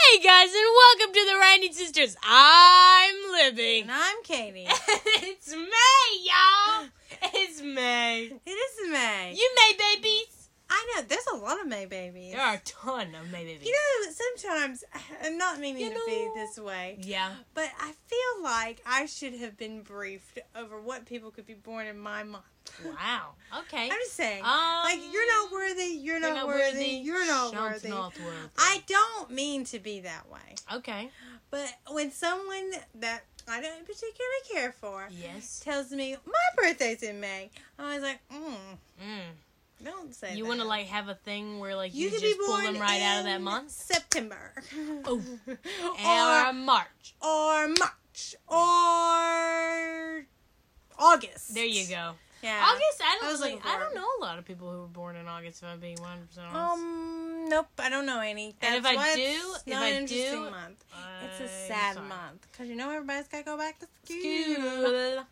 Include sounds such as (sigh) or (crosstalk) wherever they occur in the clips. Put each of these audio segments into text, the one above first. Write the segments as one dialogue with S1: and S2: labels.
S1: Hey guys, and welcome to the Randy Sisters. I'm Libby.
S2: And I'm Katie.
S1: (laughs) it's May, y'all. It's May.
S2: It is May.
S1: You May babies.
S2: I know there's a lot of May babies.
S1: There are a ton of May babies.
S2: You know, sometimes (sighs) I'm not meaning
S1: You
S2: to be
S1: know.
S2: this way,
S1: yeah.
S2: but I feel like I should have been briefed over what people could be born in my month.
S1: Wow. Okay.
S2: I'm just saying,
S1: Um,
S2: like you're not worthy, you're not, worthy, you're not
S1: Sean's
S2: worthy.
S1: not worthy.
S2: I don't mean to be that way,
S1: okay.
S2: but when someone that I don't particularly care for
S1: Yes.
S2: tells me my birthday's in May, I'm always like, mm,
S1: Mm.
S2: don't say
S1: You
S2: that.
S1: want to like have a thing where like
S2: You
S1: you,
S2: could be
S1: just pull
S2: born
S1: them right out of
S2: in
S1: that (laughs) month,
S2: September.
S1: Oh. or
S2: or
S1: March.
S2: or March or August.
S1: There you go.
S2: Yeah.
S1: August. I
S2: I
S1: don't.
S2: was
S1: think-
S2: looking
S1: I
S2: for
S1: don't
S2: it.
S1: know a lot of people who were born in August. If I'm being one percent honest.
S2: Um. Nope. I don't know any.
S1: And if I
S2: That's why
S1: do-
S2: it's
S1: if
S2: not
S1: I
S2: an interesting
S1: do,
S2: month. Um, It's
S1: I'm
S2: a sad
S1: sorry.
S2: month because you know everybody's got to go back to school.
S1: School.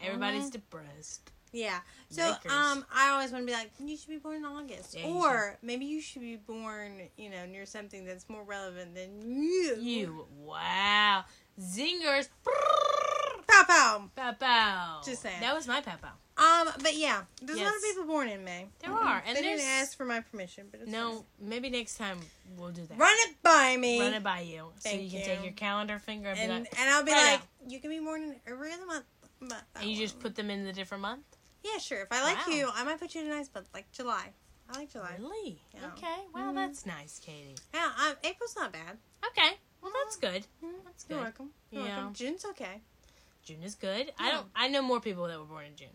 S1: Everybody's
S2: Mhm.
S1: depressed.
S2: Yeah. So
S1: Yikers.
S2: um, I always want to be like, you should be born in August,
S1: Yeah, you
S2: or maybe you should be born, you know, near something that's more relevant than you.
S1: You. Wow. Zingers. Brrrr.
S2: Pow pow.
S1: Pow pow.
S2: Just saying.
S1: That was my pow pow.
S2: Um, but yeah, there's a lot of
S1: Yes.
S2: people born in May.
S1: There are,
S2: They
S1: and
S2: didn't
S1: there's-
S2: ask for my permission, but it's
S1: No, maybe next time we'll do
S2: fine.
S1: that.
S2: run it by me,
S1: Run it by you. so
S2: Thank
S1: you can
S2: you.
S1: take your calendar finger and,
S2: and
S1: be like,
S2: and I'll be
S1: right
S2: like,
S1: out.
S2: you can be born in every other month, but that
S1: and you just
S2: one."
S1: put them in the different month?
S2: yeah, sure. If I like
S1: Wow.
S2: you, I might put you in a nice month, like July. I like July.
S1: Really?
S2: Yeah.
S1: Okay. Well,
S2: Mhm.
S1: that's nice, Katie.
S2: Yeah, um, April's not bad.
S1: Okay. Well, that's good.
S2: Mhm.
S1: Hmm, That's
S2: You're
S1: good.
S2: welcome. You're
S1: Yeah.
S2: welcome. June's okay.
S1: June is good. I
S2: Yeah.
S1: don't. I know more people that were born in June.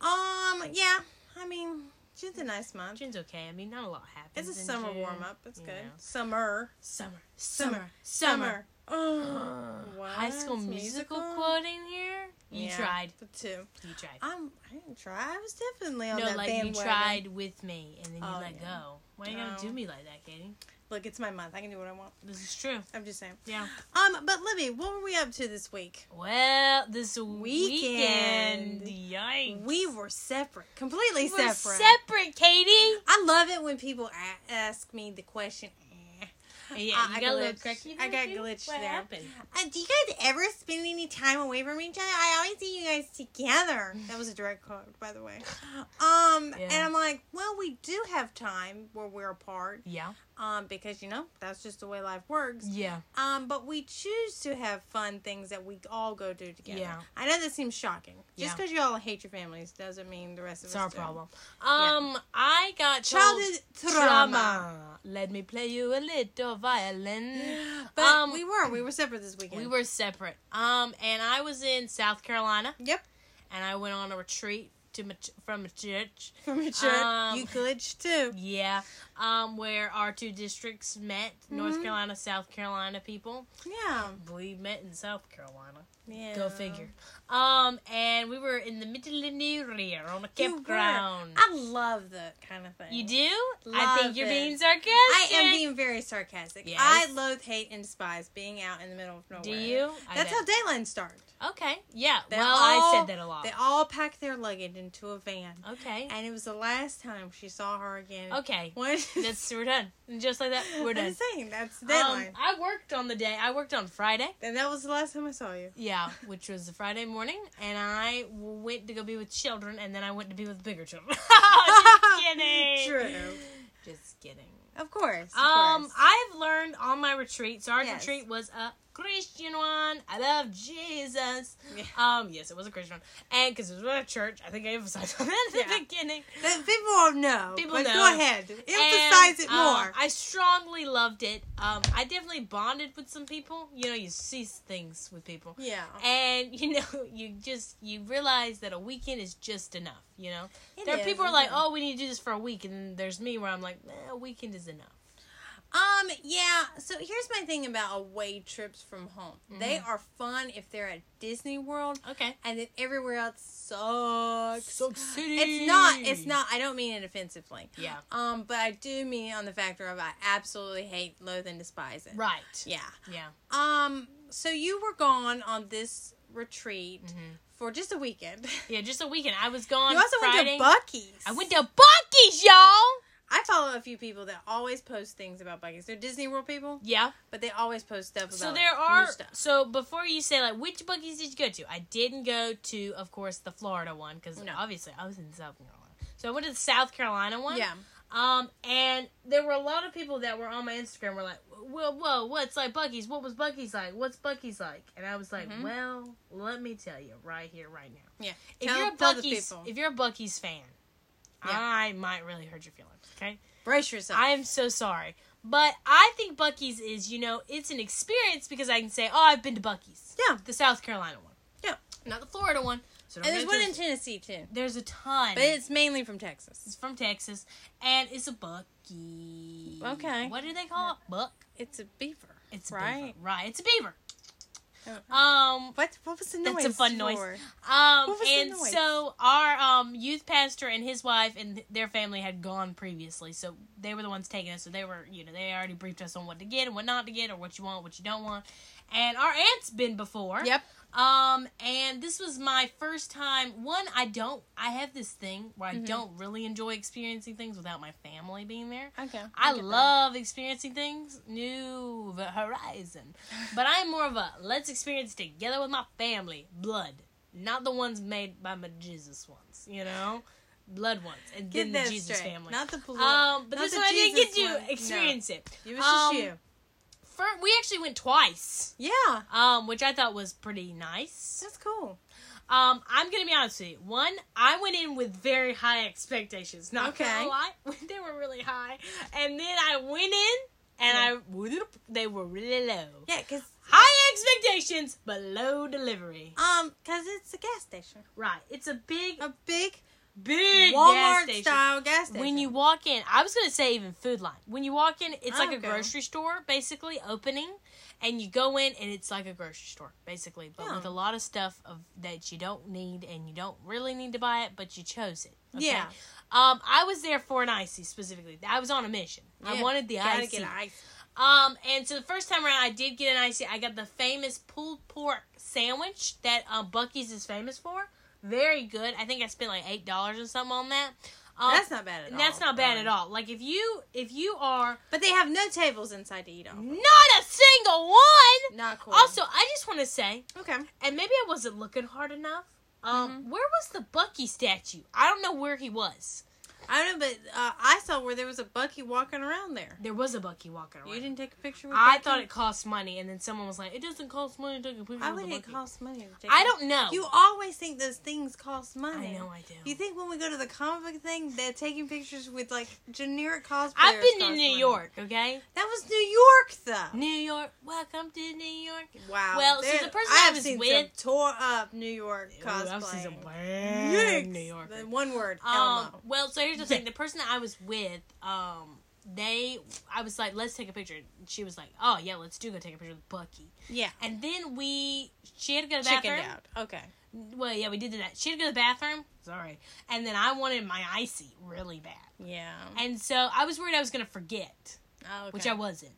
S2: Um, yeah, I mean, June's a nice month.
S1: June's okay. I mean, not a lot happens.
S2: It's a
S1: in
S2: summer
S1: June.
S2: warm up. It's
S1: you
S2: good.
S1: know.
S2: Summer.
S1: Summer.
S2: Summer.
S1: Summer. Summer.
S2: Oh.
S1: Uh, (gasps) High School
S2: What?
S1: Musical,
S2: Musical?
S1: quote in here. You
S2: Yeah,
S1: tried.
S2: (gasps) The two.
S1: You tried.
S2: I'm, I didn't try. I was definitely on
S1: no,
S2: that
S1: like
S2: bandwagon.
S1: you tried with me, and then you
S2: Oh,
S1: let
S2: yeah.
S1: go. Why you gotta
S2: No.
S1: do me like that, Katie?
S2: Look, it's my month. I can do what I want.
S1: This is true.
S2: I'm just saying.
S1: Yeah.
S2: Um, but Libby, what were we up to this week?
S1: Well, this weekend,
S2: Weekend.
S1: yikes,
S2: We were separate, completely
S1: We were
S2: separate.
S1: separate, Katie.
S2: (laughs) I love it when people a- ask me the question. eh.
S1: Yeah,
S2: I-
S1: you
S2: I
S1: got a little
S2: glitched.
S1: cracky.
S2: I
S1: there,
S2: got
S1: Katie?
S2: glitched
S1: What
S2: there.
S1: happened?
S2: Uh, do you guys ever spend any time away from each other? I always see you guys together. That was a direct quote, by
S1: (laughs)
S2: the way. Um, and
S1: Yeah.
S2: I'm like, well, we do have time where we're apart.
S1: Yeah,
S2: Um, because you know that's just the way life works.
S1: yeah.
S2: Um, but we choose to have fun things that we all go do together.
S1: Yeah.
S2: I know that seems shocking. Just
S1: Yeah.
S2: because you all hate your families doesn't mean the rest of
S1: It's
S2: us.
S1: our
S2: do.
S1: problem. Um, I got told-
S2: Childhood trauma.
S1: Let me play you a little violin.
S2: But
S1: um,
S2: we were we were separate this weekend.
S1: we were separate. Um, and I was in South Carolina,
S2: Yep. (laughs)
S1: and I went on a retreat to my ch- from a church.
S2: From a church.
S1: Um,
S2: you glitched too.
S1: Yeah, um, where our two districts met, North
S2: Mhm.
S1: Carolina, South Carolina people.
S2: Yeah.
S1: We met in South Carolina.
S2: Yeah.
S1: Go figure. Um, and we were in the middle of nowhere on a
S2: You were.
S1: campground.
S2: I love that kind of thing.
S1: You do? I
S2: Love
S1: think you're
S2: it.
S1: being sarcastic.
S2: I am being very sarcastic.
S1: Yes.
S2: I loathe, hate, and despise being out in the middle of nowhere.
S1: Do you? I
S2: That's
S1: bet.
S2: how Dateline started.
S1: Okay. Yeah.
S2: They
S1: well, I
S2: all-
S1: said that a lot.
S2: They all packed their luggage into a van.
S1: Okay.
S2: And it was the last time she saw her again.
S1: Okay.
S2: When,
S1: (laughs) That's
S2: (laughs)
S1: we're done. And Just like that, we're
S2: I'm
S1: done.
S2: just saying, that's the
S1: Um,
S2: deadline.
S1: I worked on the day. I worked on Friday.
S2: and that was the last time I saw you.
S1: Yeah, which was the Friday morning, and I went to go be with children, and then I went to be with bigger children. (laughs) Just kidding.
S2: (laughs) True.
S1: Just kidding.
S2: Of course. Of
S1: Um,
S2: course.
S1: I've learned on my retreat. So our
S2: Yes.
S1: retreat was a Christian one. I love Jesus.
S2: Yeah.
S1: Um, yes, it was a Christian one, and because it was at a church, I think I emphasized (laughs) on that at the
S2: Yeah.
S1: beginning.
S2: That people know.
S1: People
S2: but
S1: know.
S2: go ahead. Emphasize
S1: And,
S2: it
S1: uh,
S2: more.
S1: I strongly loved it. Um, I definitely bonded with some people. You know, you see things with people.
S2: yeah.
S1: And (laughs) you know, you just you realize that a weekend is just enough. You know,
S2: It
S1: there are
S2: is,
S1: people who are like,
S2: isn't it?
S1: "Oh, we need to do this for a week," and then there's me where I'm like, eh, "A weekend is enough." "Oh."
S2: Um, yeah. So here's my thing about away trips from home. They
S1: Mm-hmm.
S2: are fun if they're at Disney World,
S1: Okay,
S2: and then everywhere else sucks.
S1: city.
S2: it's not. It's not. I don't mean it offensively.
S1: Yeah,
S2: Um, but I do mean it on the factor of I absolutely hate, loathe, and despise it.
S1: right.
S2: Yeah.
S1: Yeah.
S2: Um. So you were gone on this retreat
S1: Mhm.
S2: for just a weekend. (laughs)
S1: Yeah, just a weekend. I was gone
S2: you also
S1: Friday.
S2: went to Bucky's.
S1: I went to Bucky's, y'all.
S2: I follow a few people that always post things about buggies. They're Disney World people,
S1: Yeah.
S2: but they always post stuff about
S1: So there are.
S2: new stuff.
S1: So before you say like which buggies did you go to? I didn't go to, of course, the Florida one because
S2: No.
S1: obviously I was in South Carolina. So I went to the South Carolina one.
S2: Yeah.
S1: Um, and there were a lot of people that were on my Instagram were like, "Whoa, whoa, what's like Bucky's? What was Bucky's like? What's Bucky's like?" And I was like,
S2: Mhm.
S1: "Well, let me tell you right here, right now.
S2: Yeah.
S1: If
S2: Tell-
S1: you're a
S2: tell the
S1: Bucky's,
S2: people.
S1: if you're a Bucky's fan,
S2: Yeah.
S1: I might really hurt your feelings. Okay,
S2: Brace yourself.
S1: I am so sorry, but I think Bucky's is, you know, it's an experience because I can say, "Oh, I've been to Bucky's."
S2: Yeah.
S1: the South Carolina one.
S2: Yeah.
S1: not the Florida one. So don't
S2: and there's
S1: go
S2: one
S1: to-
S2: in Tennessee too,
S1: there's a ton.
S2: but it's mainly from
S1: It's
S2: Texas.
S1: from Texas, and it's a bucky.
S2: Okay.
S1: What do they call it? Buck.
S2: It's a beaver.
S1: It's a
S2: right.
S1: beaver. Right. It's a beaver.
S2: Oh.
S1: Um.
S2: What? What was the noise?
S1: That's a fun noise.
S2: for?
S1: Um.
S2: What was the
S1: And
S2: noise?
S1: so our um youth pastor and his wife and th- their family had gone previously, so they were the ones taking us. So they were, you know, they already briefed us on what to get and what not to get, or what you want, what you don't want. And our aunt's been before.
S2: Yep.
S1: Um, and this was my first time. One, I don't. I have this thing where I
S2: Mhm.
S1: don't really enjoy experiencing things without my family being there.
S2: Okay.
S1: I
S2: get that.
S1: love experiencing things, new v- horizon. But I'm more of a let's experience together with my family, blood, not the ones made by my Jesus ones, you know, blood ones, and
S2: Get
S1: then
S2: that
S1: the Jesus
S2: straight.
S1: family.
S2: Not the blue.
S1: um, but
S2: not
S1: this
S2: the
S1: one I didn't get
S2: Jesus
S1: to
S2: one. No.
S1: experience it.
S2: It was just
S1: Um,
S2: you.
S1: For, we actually went twice,
S2: Yeah,
S1: um, which I thought was pretty nice.
S2: that's cool.
S1: Um, I'm gonna be honest with you. One, I went in with very high expectations. Not
S2: Okay.
S1: gonna lie, (laughs) they were really high. And then I went in, and I they were really low.
S2: Yeah, cause
S1: High expectations, but low delivery.
S2: um, cause it's a gas station,
S1: Right, it's a big,
S2: a big
S1: big gas
S2: Walmart
S1: station.
S2: style gas station.
S1: When you walk in, I was gonna say even food line. When you walk in, it's like a
S2: Okay.
S1: grocery store basically opening, and you go in and it's like a grocery store basically, but
S2: Yeah.
S1: with a lot of stuff of that you don't need and you don't really need to buy it, but you chose it. okay?
S2: yeah,
S1: Um, I was there for an icy specifically. I was on a mission. I
S2: Yeah,
S1: wanted the
S2: gotta
S1: icy.
S2: get ice.
S1: Um, and so the first time around, I did get an icy. I got the famous pulled pork sandwich that uh, Bucky's is famous for. Very good. I think I spent like eight dollars or something on that. Um,
S2: that's not bad at all.
S1: and that's not bad
S2: though.
S1: at all. Like if you if you are
S2: But they have no tables inside to eat on.
S1: not a single one.
S2: Not cool.
S1: Also, I just want to say,
S2: okay.
S1: and maybe I wasn't looking hard enough. Um,
S2: Mm-hmm.
S1: where was the Bucky statue? I don't know where he was.
S2: I don't know, but uh, I saw where there was a Bucky walking around there.
S1: There was a Bucky walking around.
S2: You didn't take a picture with
S1: I
S2: Bucky?
S1: thought it cost money, and then someone was like, "It doesn't cost money to take a picture."
S2: Why
S1: with
S2: would
S1: a
S2: it
S1: Bucky."
S2: cost money to take
S1: I
S2: a-
S1: don't know.
S2: You always think those things cost money.
S1: I know I do.
S2: You think when we go to the comic book thing, they're taking pictures with like generic cosplayers?
S1: I've been
S2: cost
S1: to New
S2: money. Oh.
S1: York, okay?
S2: That was New York, though.
S1: New York, welcome to New York.
S2: Wow.
S1: Well, so the person I
S2: have
S1: was
S2: seen
S1: with-
S2: some tore up New York
S1: Ooh,
S2: cosplay.
S1: I've seen some
S2: Yikes.
S1: bad New York.
S2: The one word.
S1: Um,
S2: Elmo.
S1: well, so here's the
S2: (laughs)
S1: thing: the person that I was with, um, they, I was like, "Let's take a picture." And she was like, "Oh yeah, let's do go take a picture with Bucky."
S2: Yeah.
S1: And then we, she had to go to the bathroom.
S2: Chickened out. Okay.
S1: Well, yeah, we did do that. She had to go to the bathroom. Sorry. And then I wanted my icy really bad,
S2: Yeah.
S1: and so I was worried I was gonna forget.
S2: Oh, okay.
S1: which I wasn't.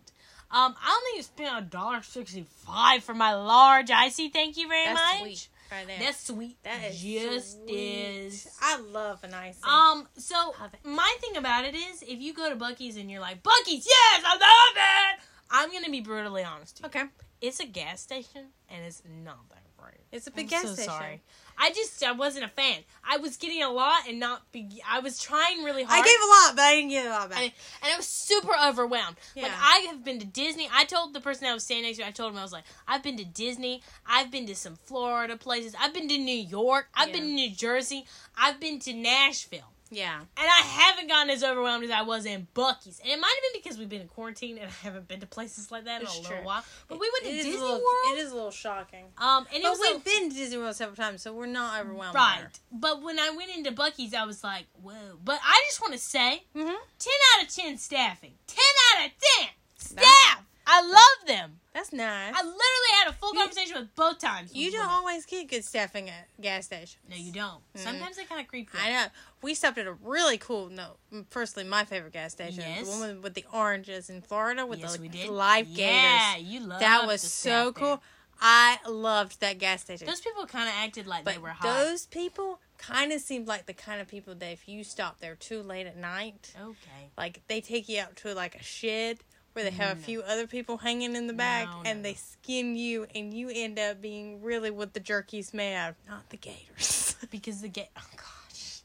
S1: Um, I only spent a dollar sixty five for my large icy. Thank you very
S2: That's
S1: much.
S2: sweet. Right there.
S1: That's sweet.
S2: that is
S1: just
S2: sweet.
S1: is.
S2: I love an ice.
S1: Um, so
S2: Love it.
S1: my thing about it is, if you go to Bucky's and you're like, Bucky's, yes, I love it. I'm gonna be brutally honest. with
S2: okay.
S1: you. It's a gas station, and it's not that great.
S2: It's a
S1: I'm
S2: big gas
S1: so
S2: station.
S1: sorry. I just I wasn't a fan. I was getting a lot and not. Be- I was trying really hard.
S2: I gave a lot, but I didn't get a lot back.
S1: I- and I was super overwhelmed. Like
S2: Yeah.
S1: I have been to Disney. I told the person I was standing next to. I told him I was like, I've been to Disney. I've been to some Florida places. I've been to New York. I've been to New Jersey. I've been to Nashville.
S2: yeah.
S1: And I haven't gotten as overwhelmed as I was in Bucky's. And it might have been because we've been in quarantine and I haven't been to places like that in
S2: It's
S1: a
S2: true.
S1: little while. But we went to
S2: It is a
S1: Disney
S2: little-
S1: World.
S2: It is a little shocking.
S1: um, and it
S2: But
S1: was
S2: we've
S1: like,
S2: been to Disney World several times, so we're not overwhelmed.
S1: right. But when I went into Bucky's, I was like, whoa. But I just want to say,
S2: Mm-hmm.
S1: 10 out of 10 staffing. 10 out of 10 staff. I love them.
S2: That's nice.
S1: I literally had a full
S2: You-
S1: conversation with both times. with
S2: you don't
S1: women.
S2: always get good staffing at gas stations.
S1: No, you don't.
S2: Mm.
S1: Sometimes they kind of creep you.
S2: I know. We stopped at a really cool, no, personally, my favorite gas station.
S1: Yes.
S2: The one with- with the oranges in Florida with
S1: Yes,
S2: the
S1: we did.
S2: life
S1: Yeah,
S2: gators.
S1: you love
S2: That was
S1: the
S2: so
S1: staff there.
S2: cool. I loved that gas station.
S1: Those people kind of acted like
S2: but
S1: they were hot.
S2: those people kind of seemed like the kind of people that if you stop there too late at night,
S1: Okay.
S2: like they take you out to like a shed where they have a few other people hanging in the back
S1: Mm. No,
S2: and
S1: no.
S2: they skin you and you end up being really what the jerky's made out of, not the gators. (laughs)
S1: Because the gate. Oh gosh.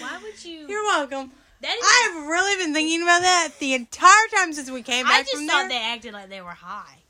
S1: Why would you?
S2: You're welcome.
S1: that is. I,
S2: I've really been thinking about that the entire time since we came back
S1: just
S2: from
S1: thought
S2: there.
S1: they acted like they were high.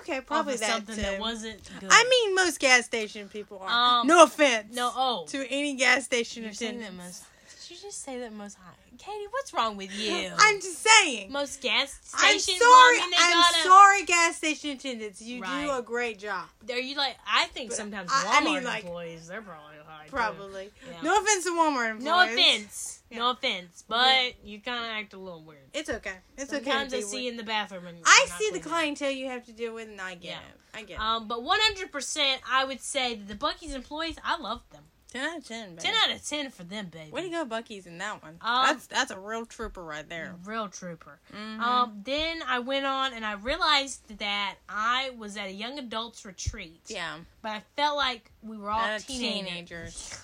S2: Okay,
S1: Probably
S2: probably that
S1: something
S2: too.
S1: that wasn't. Good.
S2: I mean, most gas station people are.
S1: Um,
S2: no offense.
S1: no. Oh,
S2: to any gas station
S1: you're saying that
S2: attendant.
S1: most. Did you just say that most high? Katie, what's wrong with you?
S2: (laughs) I'm just saying.
S1: most gas
S2: I'm
S1: station.
S2: sorry.
S1: woman, they
S2: I'm
S1: gotta-
S2: sorry, gas station attendants. You do
S1: Right.
S2: a great job.
S1: Are you like? I think
S2: But
S1: sometimes Walmart
S2: I- I mean, like-
S1: employees they're probably high. too.
S2: Probably.
S1: Yeah.
S2: No offense to Walmart employees.
S1: No offense. No
S2: Yeah.
S1: offense, but you kind of act a little weird.
S2: It's okay. It's
S1: Sometimes
S2: okay.
S1: I
S2: to be
S1: see
S2: weird.
S1: you in the bathroom and
S2: I
S1: not
S2: see the
S1: cleaning.
S2: clientele you have to deal with, and I get
S1: Yeah.
S2: it. I get
S1: Um, but 100%, I would say that the Bucky's employees, I love them.
S2: it. Ten out of ten. Baby.
S1: 10 out of 10 for them, baby.
S2: Way to go, Bucky's in that one.
S1: Um,
S2: that's that's a real trooper right there.
S1: Real trooper.
S2: Mhm.
S1: Um, then I went on and I realized that I was at a young adults retreat.
S2: yeah,
S1: But I felt like we were all
S2: Uh,
S1: teenagers.
S2: teenagers.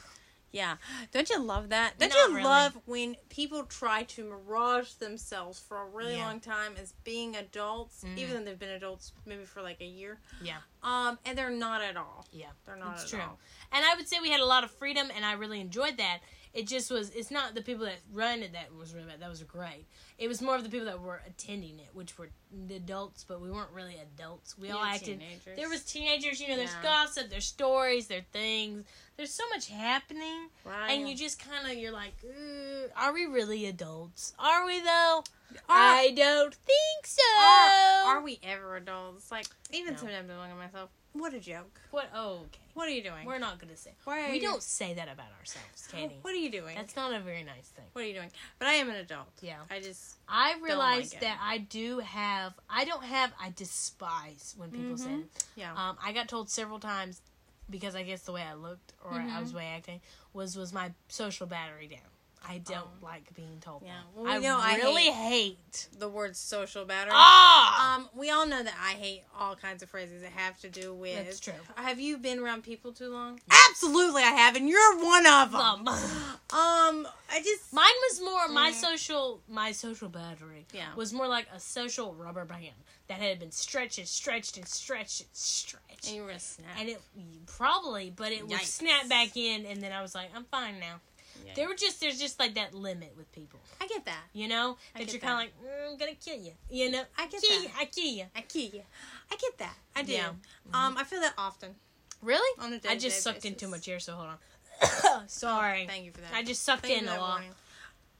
S2: yeah. Don't you love that? Don't
S1: Not
S2: you
S1: really.
S2: love when people try to mirage themselves for a really
S1: Yeah.
S2: long time as being adults,
S1: Mm.
S2: even though they've been adults maybe for like a year?
S1: Yeah.
S2: Um, and they're not at all.
S1: Yeah.
S2: They're not
S1: It's
S2: at
S1: true.
S2: all.
S1: And I would say we had a lot of freedom, and I really enjoyed that. It just was, it's not the people that run it that was really bad. That was great. It was more of the people that were attending it, which were the adults, but we weren't really adults. We all
S2: Yeah,
S1: acted.
S2: teenagers.
S1: There was teenagers, you know, there's
S2: Yeah.
S1: gossip, there's stories, there's things. There's so much happening,
S2: Right.
S1: and you just kind of, you're like, "Uh, are we really adults? Are we though?
S2: are,
S1: I don't think so.
S2: are, are we ever adults? Like even
S1: No.
S2: sometimes I'm looking at myself. What a joke.
S1: What? Oh, okay.
S2: What are you doing?
S1: We're not going to say.
S2: Why are
S1: We
S2: you- (gasps)
S1: don't say that about ourselves, Katie.
S2: What are you doing?
S1: That's not a very nice thing.
S2: what are you doing? But I am an adult.
S1: Yeah.
S2: I just
S1: I realized
S2: it.
S1: that I do have, I don't have, I despise when people say
S2: Mhm.
S1: it.
S2: yeah.
S1: Um, I got told several times because I guess the way I looked or I
S2: Mm-hmm.
S1: was way acting was was my social battery down. I don't like being told
S2: Oh. Yeah.
S1: that.
S2: Well, we
S1: I
S2: know I
S1: really hate.
S2: the word social battery.
S1: Ah,
S2: Um, we all know that I hate all kinds of phrases that have to do with.
S1: That's true.
S2: Have you been around people too long? Absolutely, I have, and you're one of 'em.
S1: um,
S2: (sighs) Um, I just
S1: mine was more my
S2: Mhm.
S1: social my social battery.
S2: Yeah.
S1: was more like a social rubber band that had been stretched and stretched and stretched and stretched.
S2: and you were gonna snap.
S1: and it probably, but it would
S2: Yikes.
S1: snap back in, and then I was like, I'm fine now.
S2: Yeah.
S1: There were just there's just like that limit with people,
S2: I get that.
S1: you know,
S2: I
S1: that
S2: get
S1: you're kind of like "Mm, I'm gonna kill you, you know.
S2: I get
S1: kill
S2: that.
S1: You, I kill you.
S2: I get you. I get that. I do.
S1: Yeah.
S2: Um, I feel that often.
S1: Really?
S2: On a
S1: I
S2: day-to-day
S1: just sucked in too
S2: basis.
S1: much air, so hold
S2: (coughs)
S1: on. (coughs) Sorry,
S2: Thank you for that.
S1: I just sucked
S2: Thank you
S1: in
S2: for
S1: a
S2: that
S1: lot.
S2: warning.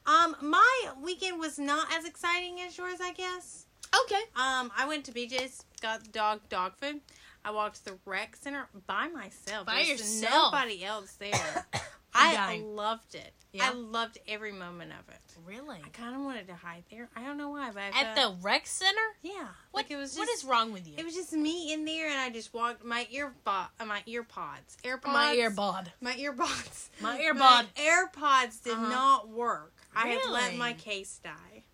S2: Um, my weekend was not as exciting as yours, I guess.
S1: Okay.
S2: Um, I went to BJ's, got dog dog food. I walked the rec center by myself.
S1: By
S2: There was
S1: yourself.
S2: Nobody else
S1: (coughs)
S2: there. (coughs)
S1: I'm
S2: I
S1: dying.
S2: loved it.
S1: Yeah?
S2: I loved every moment of it.
S1: Really?
S2: I kind of wanted to hide there. I don't know why, but I
S1: At
S2: felt-
S1: the rec center?
S2: yeah,
S1: What?
S2: like it was just
S1: what is wrong with you?
S2: it was just me in there, and I just walked my ear bo- uh, my ear pods, AirPods,
S1: my ear bod.
S2: my earbuds,
S1: (laughs) My earbud.
S2: AirPods did
S1: Uh-huh.
S2: not work. I had let
S1: Really?
S2: my case die,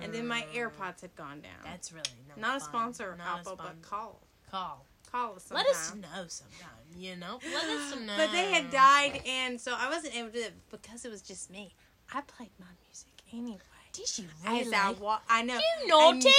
S2: and then my AirPods had gone down.
S1: That's really not,
S2: not a
S1: fun.
S2: sponsor,
S1: Not a
S2: Apple, but
S1: sponsor.
S2: call,
S1: Call.
S2: call us.
S1: Let us
S2: sometime.
S1: know sometime, you know? Let us know.
S2: (gasps) But they had died, and so I wasn't able to because it was just me. I played my music anyway.
S1: Did you
S2: As I wa- I know
S1: You naughty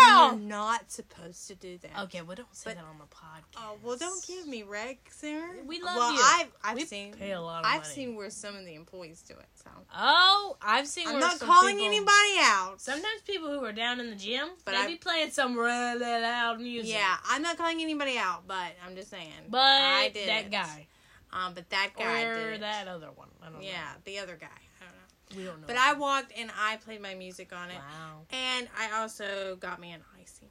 S2: And
S1: girl!
S2: you're not supposed to do that.
S1: Okay, well, don't say
S2: But-
S1: that on the podcast.
S2: Oh well, don't give me rec center.
S1: We love
S2: well,
S1: you.
S2: I've I've
S1: We
S2: seen
S1: pay a lot of
S2: I've
S1: money.
S2: seen where some of the employees do it. So
S1: Oh, I've seen.
S2: I'm
S1: where
S2: not
S1: some
S2: calling
S1: people-
S2: anybody out.
S1: Sometimes people who are down in the gym,
S2: But
S1: they
S2: I-
S1: be playing some really loud music.
S2: yeah, I'm not calling anybody out, but I'm just saying.
S1: but
S2: I did
S1: that
S2: it.
S1: guy
S2: Um, but that guy
S1: or
S2: did. it.
S1: that other one, I don't
S2: Yeah, the other guy. I don't know.
S1: know. We don't know.
S2: But I walked and I played my music on it,
S1: wow.
S2: and I also got me an icy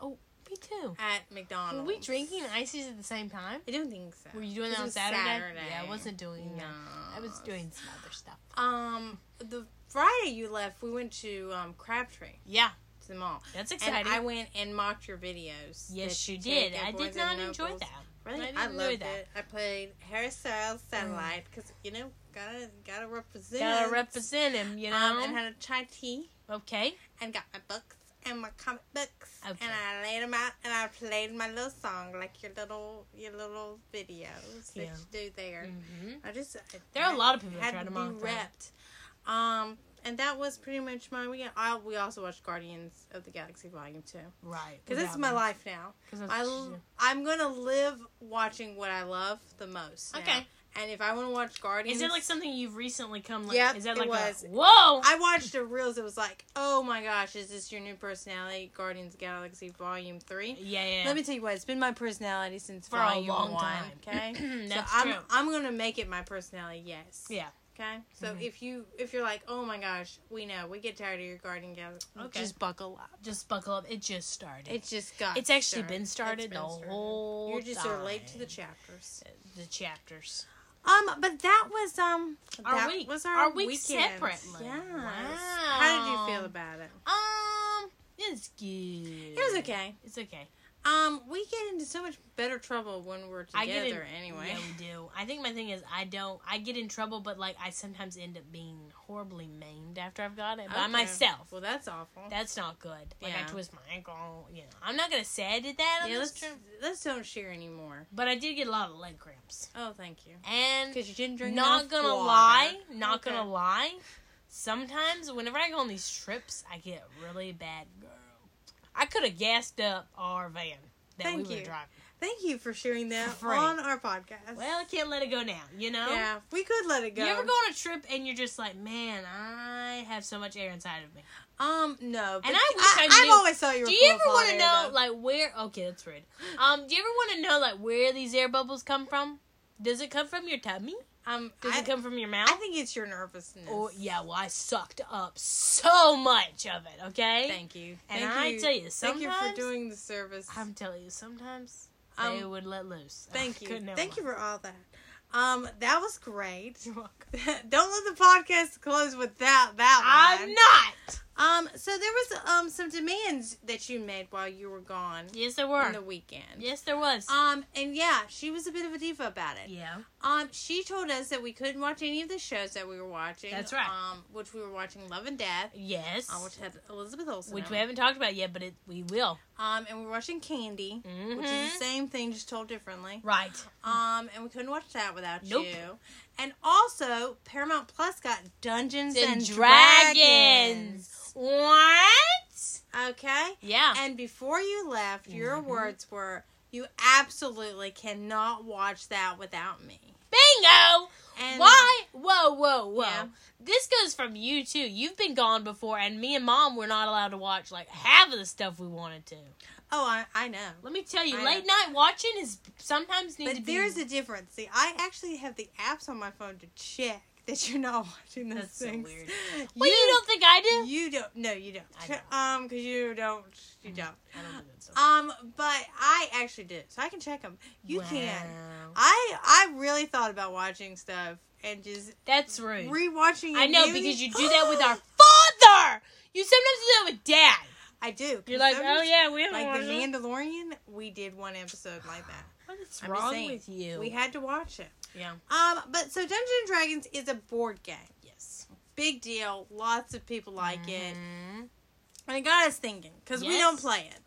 S1: Oh, me too.
S2: at McDonald's.
S1: Were we drinking ices at the same time?
S2: I don't think so.
S1: Were you doing that
S2: This
S1: on
S2: was
S1: Saturday?
S2: Saturday.
S1: Yeah, I wasn't doing
S2: No,
S1: that. I was doing some other stuff.
S2: Um, the Friday you left, we went to um Crabtree
S1: Yeah,
S2: to the mall.
S1: that's
S2: And
S1: exciting.
S2: I went and mocked your videos.
S1: yes,
S2: that
S1: you did.
S2: at
S1: I
S2: Barnes
S1: did
S2: and
S1: not enjoy
S2: Nobles.
S1: that. I
S2: Really,
S1: didn't
S2: I,
S1: enjoy
S2: loved
S1: that. Mm.
S2: it. I played Harry Styles Satellite because you know gotta gotta represent.
S1: Gotta represent him, you know.
S2: Um, and had a chai tea
S1: okay.
S2: and got my books and my comic books
S1: Okay.
S2: and I laid them out and I played my little song, like your little your little videos that
S1: Yeah.
S2: you do there.
S1: hmm
S2: I just I-
S1: There are a
S2: I
S1: lot of people that
S2: had
S1: try
S2: Mm-hmm. to
S1: to
S2: be
S1: mock that.
S2: repped. Um, and that was pretty much my weekend. I, we also watched Guardians of the Galaxy Volume Two
S1: Right.
S2: because this is my life now. I l- I'm gonna live watching what I love the most. now.
S1: Okay.
S2: and if I want to watch Guardians,
S1: Is it like something you've recently come like?
S2: Yep,
S1: is that
S2: it
S1: like
S2: was.
S1: a whoa?
S2: I watched the reels. It was like, oh my gosh, is this your new personality, Guardians of the Galaxy Volume Three?
S1: yeah, yeah. (clears throat)
S2: Let me tell you what, it's been my personality since
S1: For a
S2: volume
S1: long
S2: one.
S1: time.
S2: Okay,
S1: (clears throat)
S2: so
S1: That's
S2: I'm
S1: true.
S2: I'm gonna make it my personality. Yes.
S1: yeah.
S2: Okay. So
S1: Mhm.
S2: if you if you're like, oh my gosh, we know we get tired of your Guardian Galaxy,
S1: Okay.
S2: just buckle up.
S1: Just buckle up. It just started.
S2: It just got.
S1: it's actually
S2: started.
S1: been
S2: It's
S1: started
S2: been
S1: the
S2: started.
S1: whole.
S2: You're just
S1: time.
S2: are late to the chapters.
S1: the chapters.
S2: Um, but that was um
S1: Our
S2: that
S1: week.
S2: was our,
S1: Our week
S2: weekend.
S1: separately.
S2: Yes.
S1: Wow.
S2: How did you feel about it?
S1: Um, it's good. It
S2: It was okay.
S1: It's okay.
S2: Um, we get into so much better trouble when we're
S1: I get
S2: together.
S1: in-
S2: anyway.
S1: Yeah, we do. I think my thing is I don't. I get in trouble, but like I sometimes end up being horribly maimed after I've got it by
S2: Okay.
S1: myself.
S2: (laughs) Well, that's awful.
S1: That's not good. Like
S2: Yeah.
S1: I twist my ankle. You know, I'm not gonna say I did that. On
S2: yeah,
S1: this
S2: let's
S1: trip,
S2: let's don't share anymore.
S1: but I did get a lot of leg cramps.
S2: Oh, thank you.
S1: And
S2: Because you didn't drink
S1: not
S2: enough
S1: gonna
S2: water.
S1: lie, not
S2: Okay.
S1: gonna lie. Sometimes whenever I go on these trips, I get really bad. Girl, I could have gassed up our van that
S2: Thank
S1: we were
S2: you.
S1: driving.
S2: Thank you for sharing that
S1: For free.
S2: on our podcast.
S1: Well, I can't let it go now. You know.
S2: yeah, we could let it go.
S1: You ever go on a trip and you're just like, man, I have so much air inside of me.
S2: Um, no. but
S1: I wish I
S2: I've
S1: knew.
S2: always thought you were.
S1: Do you
S2: full of
S1: ever want
S2: hot
S1: to
S2: air,
S1: know
S2: though.
S1: like where? Okay, that's rude. Um, do you ever want to know like where these air bubbles come from? Does it come from your tummy?
S2: um,
S1: Does
S2: I,
S1: it come from your
S2: I
S1: mouth?
S2: think it's your nervousness.
S1: Or yeah, well, I sucked up so much of it. Okay,
S2: Thank you.
S1: and
S2: thank
S1: I
S2: you.
S1: tell you,
S2: thank
S1: sometimes
S2: you for doing the service.
S1: I'm telling you, sometimes
S2: Um,
S1: they would let loose.
S2: (laughs) thank you.
S1: Couldn't help
S2: Thank you
S1: it.
S2: for all that. Um, that was great.
S1: (laughs) You're welcome.
S2: (laughs) Don't let the podcast close without that
S1: I'm
S2: one.
S1: not.
S2: Um, so there was um some demands that you made while you were gone
S1: Yes, there
S2: on
S1: were.
S2: the weekend.
S1: Yes, there was.
S2: Um, and yeah, she was a bit of a diva about it.
S1: yeah.
S2: (laughs) Um, she told us that we couldn't watch any of the shows that we were watching.
S1: That's right.
S2: Um, which we were watching Love and Death,
S1: Yes.
S2: uh, which had Elizabeth Olsen.
S1: which
S2: on
S1: we
S2: it.
S1: haven't talked about yet, but it, we will.
S2: Um, and we were watching Candy, which is
S1: Mhm.
S2: the same thing, just told differently.
S1: Right.
S2: Um, and we couldn't watch that without
S1: Nope.
S2: you. And also, Paramount Plus got Dungeons
S1: The
S2: and,
S1: Dragons. What?
S2: Dragons. Okay.
S1: Yeah.
S2: And before you left, your
S1: Mhm.
S2: words were, "You absolutely cannot watch that without me."
S1: Bingo.
S2: And
S1: Why? Whoa, whoa, whoa.
S2: Yeah.
S1: This goes from you too. You've been gone before, and me and mom were not allowed to watch like half of the stuff we wanted to.
S2: Oh, I, I know.
S1: Let me tell you,
S2: I
S1: late night watching is sometimes needs to
S2: But
S1: be.
S2: there's a difference. See, I actually have the apps on my phone to check (laughs) that you're not watching those
S1: That's so
S2: things.
S1: weird.
S2: (laughs)
S1: Well, you, don't think I do?
S2: You don't. No, you don't.
S1: I don't.
S2: Um, because you don't. You don't.
S1: I don't do that stuff.
S2: Um, but I actually do, so I can check them. You
S1: Wow.
S2: can. I I really thought about watching stuff and just
S1: That's rude.
S2: rewatching.
S1: I
S2: it
S1: know
S2: really-
S1: because
S2: (gasps)
S1: you do that with our father. You sometimes do that with dad.
S2: I do. 'cause
S1: You're like,
S2: those-
S1: oh yeah, we haven't
S2: Like
S1: watched
S2: the
S1: it."
S2: Mandalorian, we did one episode like that.
S1: What is
S2: I'm just
S1: wrong
S2: saying,
S1: with you?
S2: We had to watch it.
S1: yeah.
S2: Um, but so Dungeons and Dragons is a board game.
S1: Yes.
S2: Big deal. Lots of people like it.
S1: Mhm.
S2: And it got us thinking because we
S1: Yes.
S2: don't play it.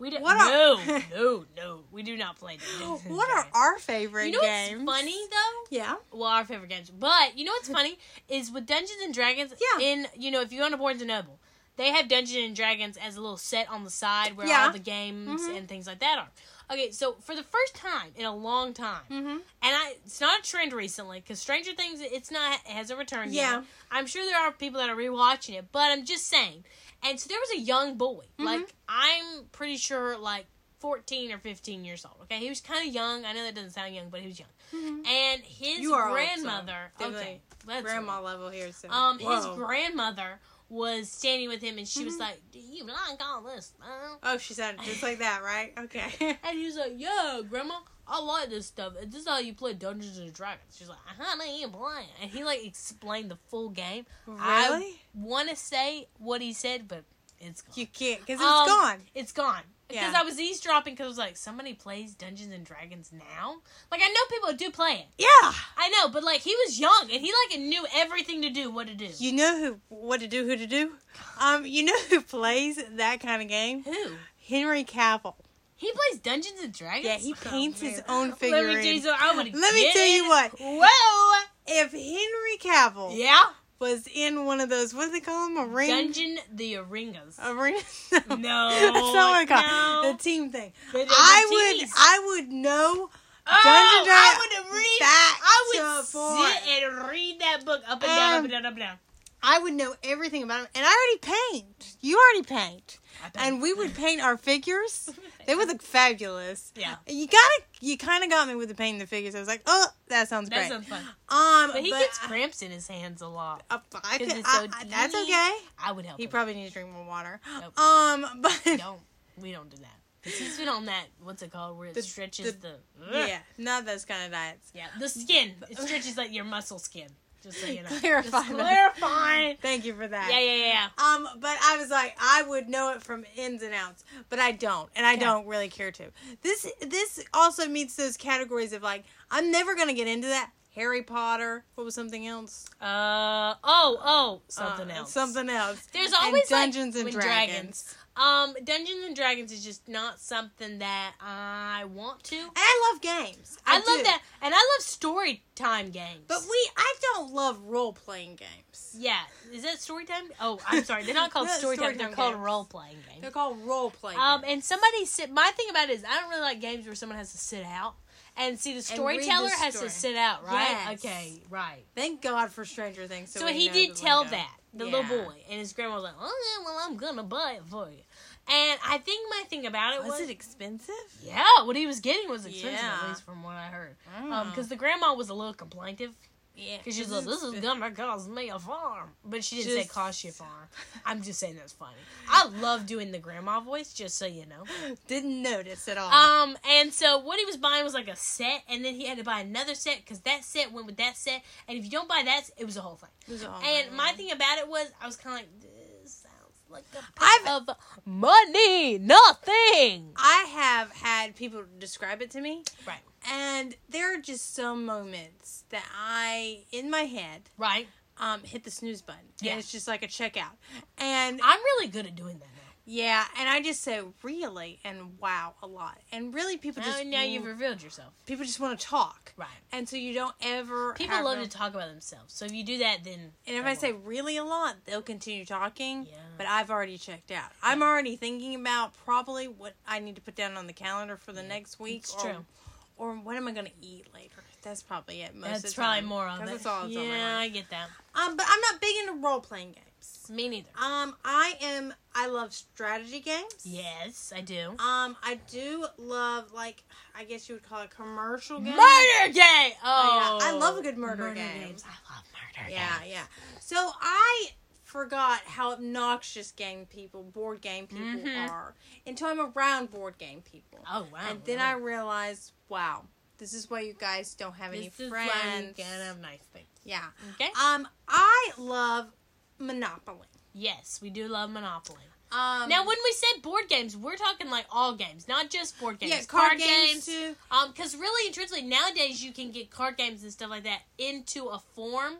S1: We do,
S2: What
S1: no,
S2: (laughs) are-
S1: no, no. We do not play Dungeons and
S2: What are
S1: Dragons.
S2: our favorite
S1: You know
S2: games?
S1: what's funny though?
S2: Yeah.
S1: Well, our favorite games, but you know what's funny is with Dungeons and Dragons.
S2: Yeah.
S1: In you know, if you go on to Barnes and Noble, they have Dungeons and Dragons as a little set on the side where
S2: Yeah.
S1: all the games
S2: Mhm.
S1: and things like that are. Okay, so for the first time in a long time,
S2: Mm-hmm.
S1: and I it's not a trend recently because Stranger Things it's not it hasn't returned
S2: Yeah.
S1: yet. I'm sure there are people that are rewatching it, but I'm just saying. And so there was a young boy,
S2: Mm-hmm.
S1: like I'm pretty sure like 14 or 15 years old. Okay, he was kind of young. I know that doesn't sound young, but he was young.
S2: Mhm.
S1: And his
S2: You are old, so
S1: grandmother,
S2: they're
S1: okay, that's
S2: Grandma level here. So.
S1: um, his
S2: Whoa.
S1: grandmother was standing with him, and she was
S2: Mhm.
S1: like, "Do you like all this?" stuff?"
S2: Oh, she sounded just like that, right?
S1: (laughs)
S2: Okay.
S1: And he was like, "Yeah, Grandma, I like this stuff. Is this how you play Dungeons and Dragons?" She's like, "How do you play?" And he like explained the full game. I-
S2: really?
S1: Want to say what he said, but it's gone.
S2: You can't because it's
S1: Um,
S2: gone.
S1: It's gone. Because
S2: Yeah.
S1: I was eavesdropping. Because I was like, somebody plays Dungeons and Dragons now. Like I know people do play it.
S2: Yeah.
S1: I know, but like he was young and he like knew everything to do, what to do.
S2: You know who what to do, who to do. Um, you know who plays that kind of game?
S1: Who?
S2: Henry Cavill.
S1: He plays Dungeons and Dragons.
S2: Yeah, he paints his
S1: man.
S2: own
S1: Let me
S2: figurine.
S1: tell you something. I would.
S2: (gasps) Let me
S1: get
S2: tell you
S1: in.
S2: what.
S1: Whoa.
S2: if Henry Cavill
S1: Oh, Yeah.
S2: was in one of those, what do they call them? A ring?
S1: Dungeon the Oringas.
S2: a ring? No. (laughs)
S1: (laughs)
S2: That's
S1: No,
S2: not what I call
S1: no.
S2: it. The team thing.
S1: The- the- the
S2: I would,
S1: TVs.
S2: I would
S1: oh,
S2: know Dungeon
S1: I
S2: Dra-
S1: would read.
S2: back
S1: I would
S2: to forth.
S1: sit and read that book up and down, up
S2: Um,
S1: and down, up and down.
S2: I would know everything about him, and I already paint. You already paint,
S1: I bet.
S2: and
S1: (laughs)
S2: we would paint our figures. They would look fabulous.
S1: Yeah.
S2: You gotta, you kind of got me with the painting the figures. I was like, oh, that sounds
S1: That
S2: great.
S1: sounds fun.
S2: um,
S1: But he
S2: but
S1: gets
S2: I-
S1: cramps in his hands a lot.
S2: I- uh, I
S1: Because
S2: could-
S1: it's so
S2: I- I- that's
S1: deep.
S2: okay.
S1: I would help
S2: He
S1: him.
S2: probably needs to drink more water.
S1: Nope.
S2: Um, (laughs) but
S1: don't. We don't do that. 'Cause he's been on that, what's it called, where it
S2: The-
S1: stretches the,
S2: yeah, not those kind of diets.
S1: Yeah, the skin. It stretches like your muscle skin. Just so you know.
S2: Clarify
S1: Just
S2: that.
S1: clarifying.
S2: Thank you for that.
S1: Yeah, yeah, yeah.
S2: Um, but I was like, I would know it from ins and outs, but I don't, and I
S1: Okay.
S2: don't really care to. This this also meets those categories of like, I'm never gonna get into that. Harry Potter. What was something else?
S1: Uh oh oh something
S2: Uh,
S1: else
S2: Something else.
S1: There's
S2: And
S1: always, like,
S2: Dungeons and
S1: when
S2: Dragons.
S1: dragons- um Dungeons and Dragons is just not something that I want to.
S2: And I love games.
S1: I,
S2: I,
S1: love
S2: do.
S1: that, and I love story time games.
S2: But we, I don't love role playing games.
S1: yeah, is that story time? Oh, I'm sorry, they're
S2: (laughs)
S1: not called
S2: No,
S1: story,
S2: story
S1: time. They're
S2: time
S1: called
S2: games.
S1: role playing games.
S2: They're called role playing.
S1: Um, and somebody sit. My thing about it is, I don't really like games where someone has to sit out and see the
S2: And read the
S1: storyteller has
S2: story.
S1: to sit out, right?
S2: Yes.
S1: Okay, right.
S2: Thank God for Stranger Things.
S1: So,
S2: we
S1: he
S2: know
S1: did
S2: the
S1: tell
S2: lingo.
S1: that the
S2: Yeah.
S1: little boy, and his grandma was like, "Oh yeah, well I'm gonna buy it for you." And I think my thing about it was,
S2: Was it expensive?
S1: yeah, what he was getting was expensive,
S2: Yeah.
S1: at least from what I heard. Um,
S2: Mm.
S1: because the grandma was a little complaintive.
S2: yeah,
S1: Because she's like, this is gonna cost me a farm. But she didn't say
S2: Just-
S1: cost you a farm. I'm just saying that's funny. I love doing the grandma voice, just so you know.
S2: (laughs) Didn't notice at all.
S1: Um, and so what he was buying was like a set, and then he had to buy another set because that set went with that set, and if you don't buy that, it was a whole thing.
S2: Oh,
S1: and my thing about it was, I was kind of like, this sounds like a
S2: I've-
S1: pile of money, nothing.
S2: I have had people describe it to me,
S1: Right,
S2: and there are just some moments that I, in my head,
S1: right.
S2: um, hit the snooze button.
S1: Yeah.
S2: And it's just like a checkout. And
S1: I'm really good at doing that. Now.
S2: yeah, and I just say really and wow a lot. And really, people
S1: Now,
S2: just
S1: now you've revealed yourself.
S2: people just want to talk,
S1: Right.
S2: and so you don't ever
S1: People
S2: have
S1: love
S2: real-
S1: to talk about themselves, so if you do that, then
S2: And if
S1: they
S2: I say
S1: won't.
S2: really a lot, they'll continue talking.
S1: Yeah.
S2: But I've already checked out. I'm already thinking about probably what I need to put down on the calendar for the next week.
S1: it's
S2: or,
S1: true.
S2: Or what am I going to eat later? That's probably it. Most of
S1: that's
S2: the
S1: probably
S2: time.
S1: more of
S2: 'Cause
S1: it.
S2: That's all that's
S1: yeah,
S2: on my mind.
S1: I get that.
S2: Um, but I'm not big into role playing games.
S1: Me neither.
S2: Um, I am. I love strategy games.
S1: Yes, I do.
S2: Um, I do love like I guess you would call it commercial games.
S1: Murder game. Oh,
S2: Oh, yeah. I love a good murder game.
S1: I love murder
S2: Yeah,
S1: games.
S2: yeah. So I forgot how obnoxious game people, board game people
S1: Mhm.
S2: are until I'm around board game people.
S1: Oh wow.
S2: and then I realized, wow, this is why you guys don't have any
S1: this is
S2: friends.
S1: why we can't have nice things.
S2: yeah.
S1: Okay.
S2: Um, I love Monopoly.
S1: Yes, we do love Monopoly.
S2: Um,
S1: now, when we say board games, we're talking like all games, not just board games.
S2: yeah, card, games, too.
S1: Um, because really and truthfully, nowadays you can get card games and stuff like that into a form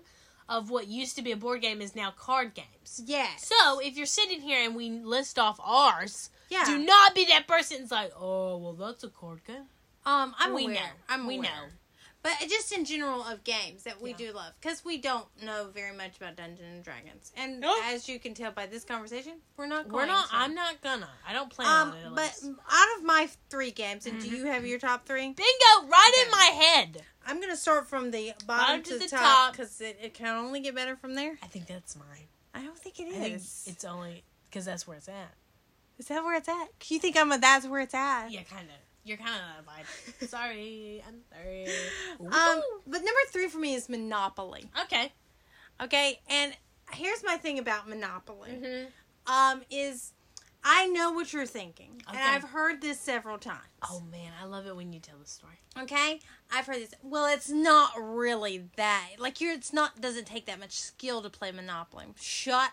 S1: of what used to be a board game is now card games.
S2: Yes.
S1: So if you're sitting here and we list off ours,
S2: yeah.
S1: do not be that person that's like, oh, well, that's a card game.
S2: um, I'm
S1: we
S2: aware.
S1: know.
S2: I'm
S1: we
S2: aware.
S1: know.
S2: But just in general of games that we
S1: Yeah.
S2: do love, because we don't know very much about Dungeons and Dragons, and
S1: No.
S2: as you can tell by this conversation, we're not.
S1: We're
S2: going
S1: not.
S2: to.
S1: I'm not gonna. I don't plan
S2: Um,
S1: on it. at
S2: but
S1: least.
S2: out of my three games, and
S1: Mm-hmm.
S2: do you have your top three?
S1: bingo, right
S2: Okay.
S1: in my head.
S2: I'm gonna start from the bottom to, the top
S1: top.
S2: because it, it can only get better from there.
S1: I think that's mine.
S2: I don't think it
S1: I think
S2: is.
S1: it's only because that's where it's at.
S2: Is that where it's at? You think I'm a? That's where it's at.
S1: Yeah, kind of. You're kind of like, sorry, I'm sorry. (laughs)
S2: Um,
S1: Woo.
S2: but number three for me is Monopoly.
S1: okay.
S2: Okay, and here's my thing about Monopoly.
S1: hmm
S2: Um, is I know what you're thinking, and
S1: Okay.
S2: I've heard this several times.
S1: Oh man, I love it when you tell the story.
S2: Okay, I've heard this. Well, it's not really that. Like you're, it's not. Doesn't take that much skill to play Monopoly. Shut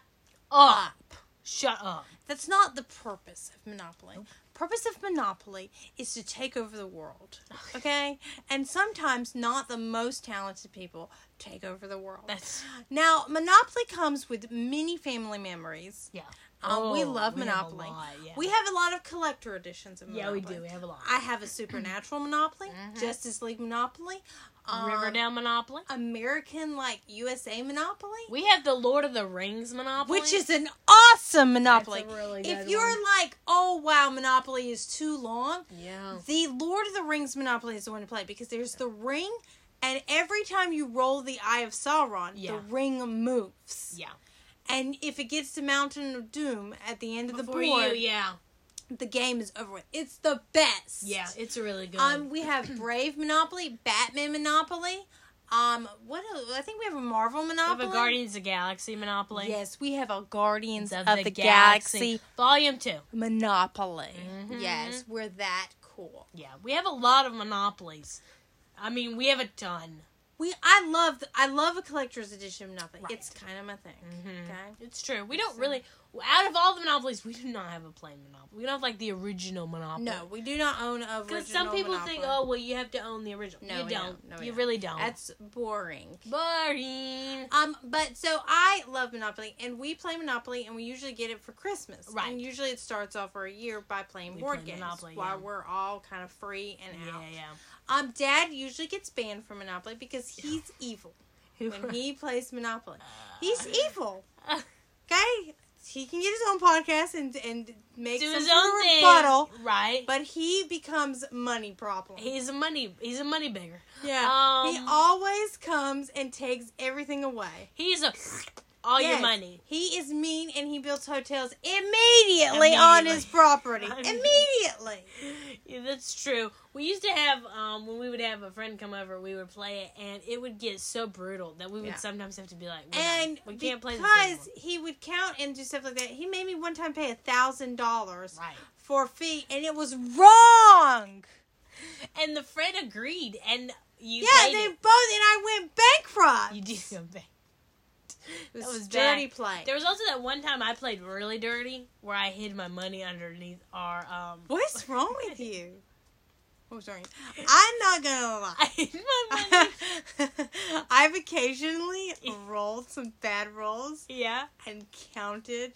S1: Oh,
S2: up.
S1: shut up.
S2: That's not the purpose of Monopoly. Purpose of Monopoly is to take over the world. Okay? And sometimes not the most talented people take over the world.
S1: (laughs) That's
S2: now, Monopoly comes with many family memories.
S1: yeah.
S2: Um, we
S1: Oh,
S2: love
S1: we have a
S2: Monopoly.
S1: lot, yeah.
S2: We have a lot of collector editions of
S1: Yeah,
S2: Monopoly.
S1: we do. Mm-hmm. We have a lot.
S2: I have a Supernatural Monopoly, Justice League Monopoly, um,
S1: Riverdale Monopoly.
S2: American like USA Monopoly,
S1: We have the Lord of the Rings Monopoly.
S2: which is an awesome Monopoly.
S1: That's a really
S2: if
S1: good
S2: you're
S1: one.
S2: like, oh wow, Monopoly is too long,
S1: Yeah.
S2: the Lord of the Rings Monopoly is the one to play because there's the ring, and every time you roll the Eye of Sauron,
S1: Yeah.
S2: the ring moves.
S1: Yeah.
S2: And if it gets to Mountain of Doom at the end of
S1: Before
S2: the board,
S1: you, yeah.
S2: the game is over with. It's the best.
S1: Yeah, it's really good.
S2: Um, we have
S1: (clears throat)
S2: Brave Monopoly, Batman Monopoly. Um, what else? I think we have a Marvel
S1: we
S2: Monopoly.
S1: have a Guardians of the Galaxy Monopoly.
S2: Yes, we have a Guardians of, the, Galaxy,
S1: Galaxy. Volume 2.
S2: Monopoly.
S1: Mhm.
S2: Yes, we're that cool.
S1: Yeah, we have a lot of monopolies. I mean, we have a ton.
S2: We I love the, I love a collector's edition of Monopoly.
S1: Right.
S2: It's kind of my thing.
S1: Mhm.
S2: Okay.
S1: It's true. We don't really, out of all the monopolies, we do not have a plain monopoly. We don't have like the original monopoly.
S2: No, we do not own a
S1: because some people think, oh, well, you have to own the original.
S2: No,
S1: you
S2: we
S1: don't.
S2: don't. No, we
S1: you
S2: don't.
S1: really don't.
S2: that's boring.
S1: boring.
S2: Um, but so I love Monopoly, and we play Monopoly, and we usually get it for Christmas.
S1: Right.
S2: And usually it starts off for a year by playing
S1: We
S2: board
S1: play
S2: games
S1: Monopoly,
S2: while
S1: yeah.
S2: we're all kind of free and
S1: Yeah,
S2: out.
S1: yeah.
S2: Um, Dad usually gets banned from Monopoly because he's
S1: (laughs)
S2: evil when he plays Monopoly. He's
S1: uh,
S2: evil. Okay, he can get his own podcast and and make
S1: do
S2: some
S1: his
S2: sort of
S1: own thing,
S2: rebuttal,
S1: right?
S2: but he becomes money problem.
S1: he's a money. He's a money beggar.
S2: yeah, he
S1: um,
S2: always comes and takes everything away.
S1: He's a all your
S2: Yes.
S1: money.
S2: He is mean and he builds hotels immediately, on his
S1: Immediately. (laughs)
S2: property.
S1: I mean-
S2: immediately.
S1: (laughs) Yeah, that's true. We used to have um when we would have a friend come over, we would play it, and it would get so brutal that we would
S2: Yeah.
S1: sometimes have to be like, "We're done.
S2: And
S1: we can't play this
S2: because
S1: anymore."
S2: he would count and do stuff like that, he made me one time pay a thousand dollars
S1: Right.
S2: for a fee, and it was wrong.
S1: And the friend agreed, and you
S2: yeah,
S1: paid
S2: they
S1: it.
S2: both, and I went bankrupt.
S1: you did go
S2: (laughs)
S1: back.
S2: it was,
S1: that was
S2: dirty
S1: bad.
S2: play.
S1: There was also that one time I played really dirty where I hid my money underneath our um. (laughs)
S2: What's wrong with you? What was wrong? I'm not gonna lie.
S1: I hid my
S2: (laughs)
S1: money. (laughs)
S2: I've occasionally rolled some bad rolls
S1: yeah,
S2: (laughs) and counted.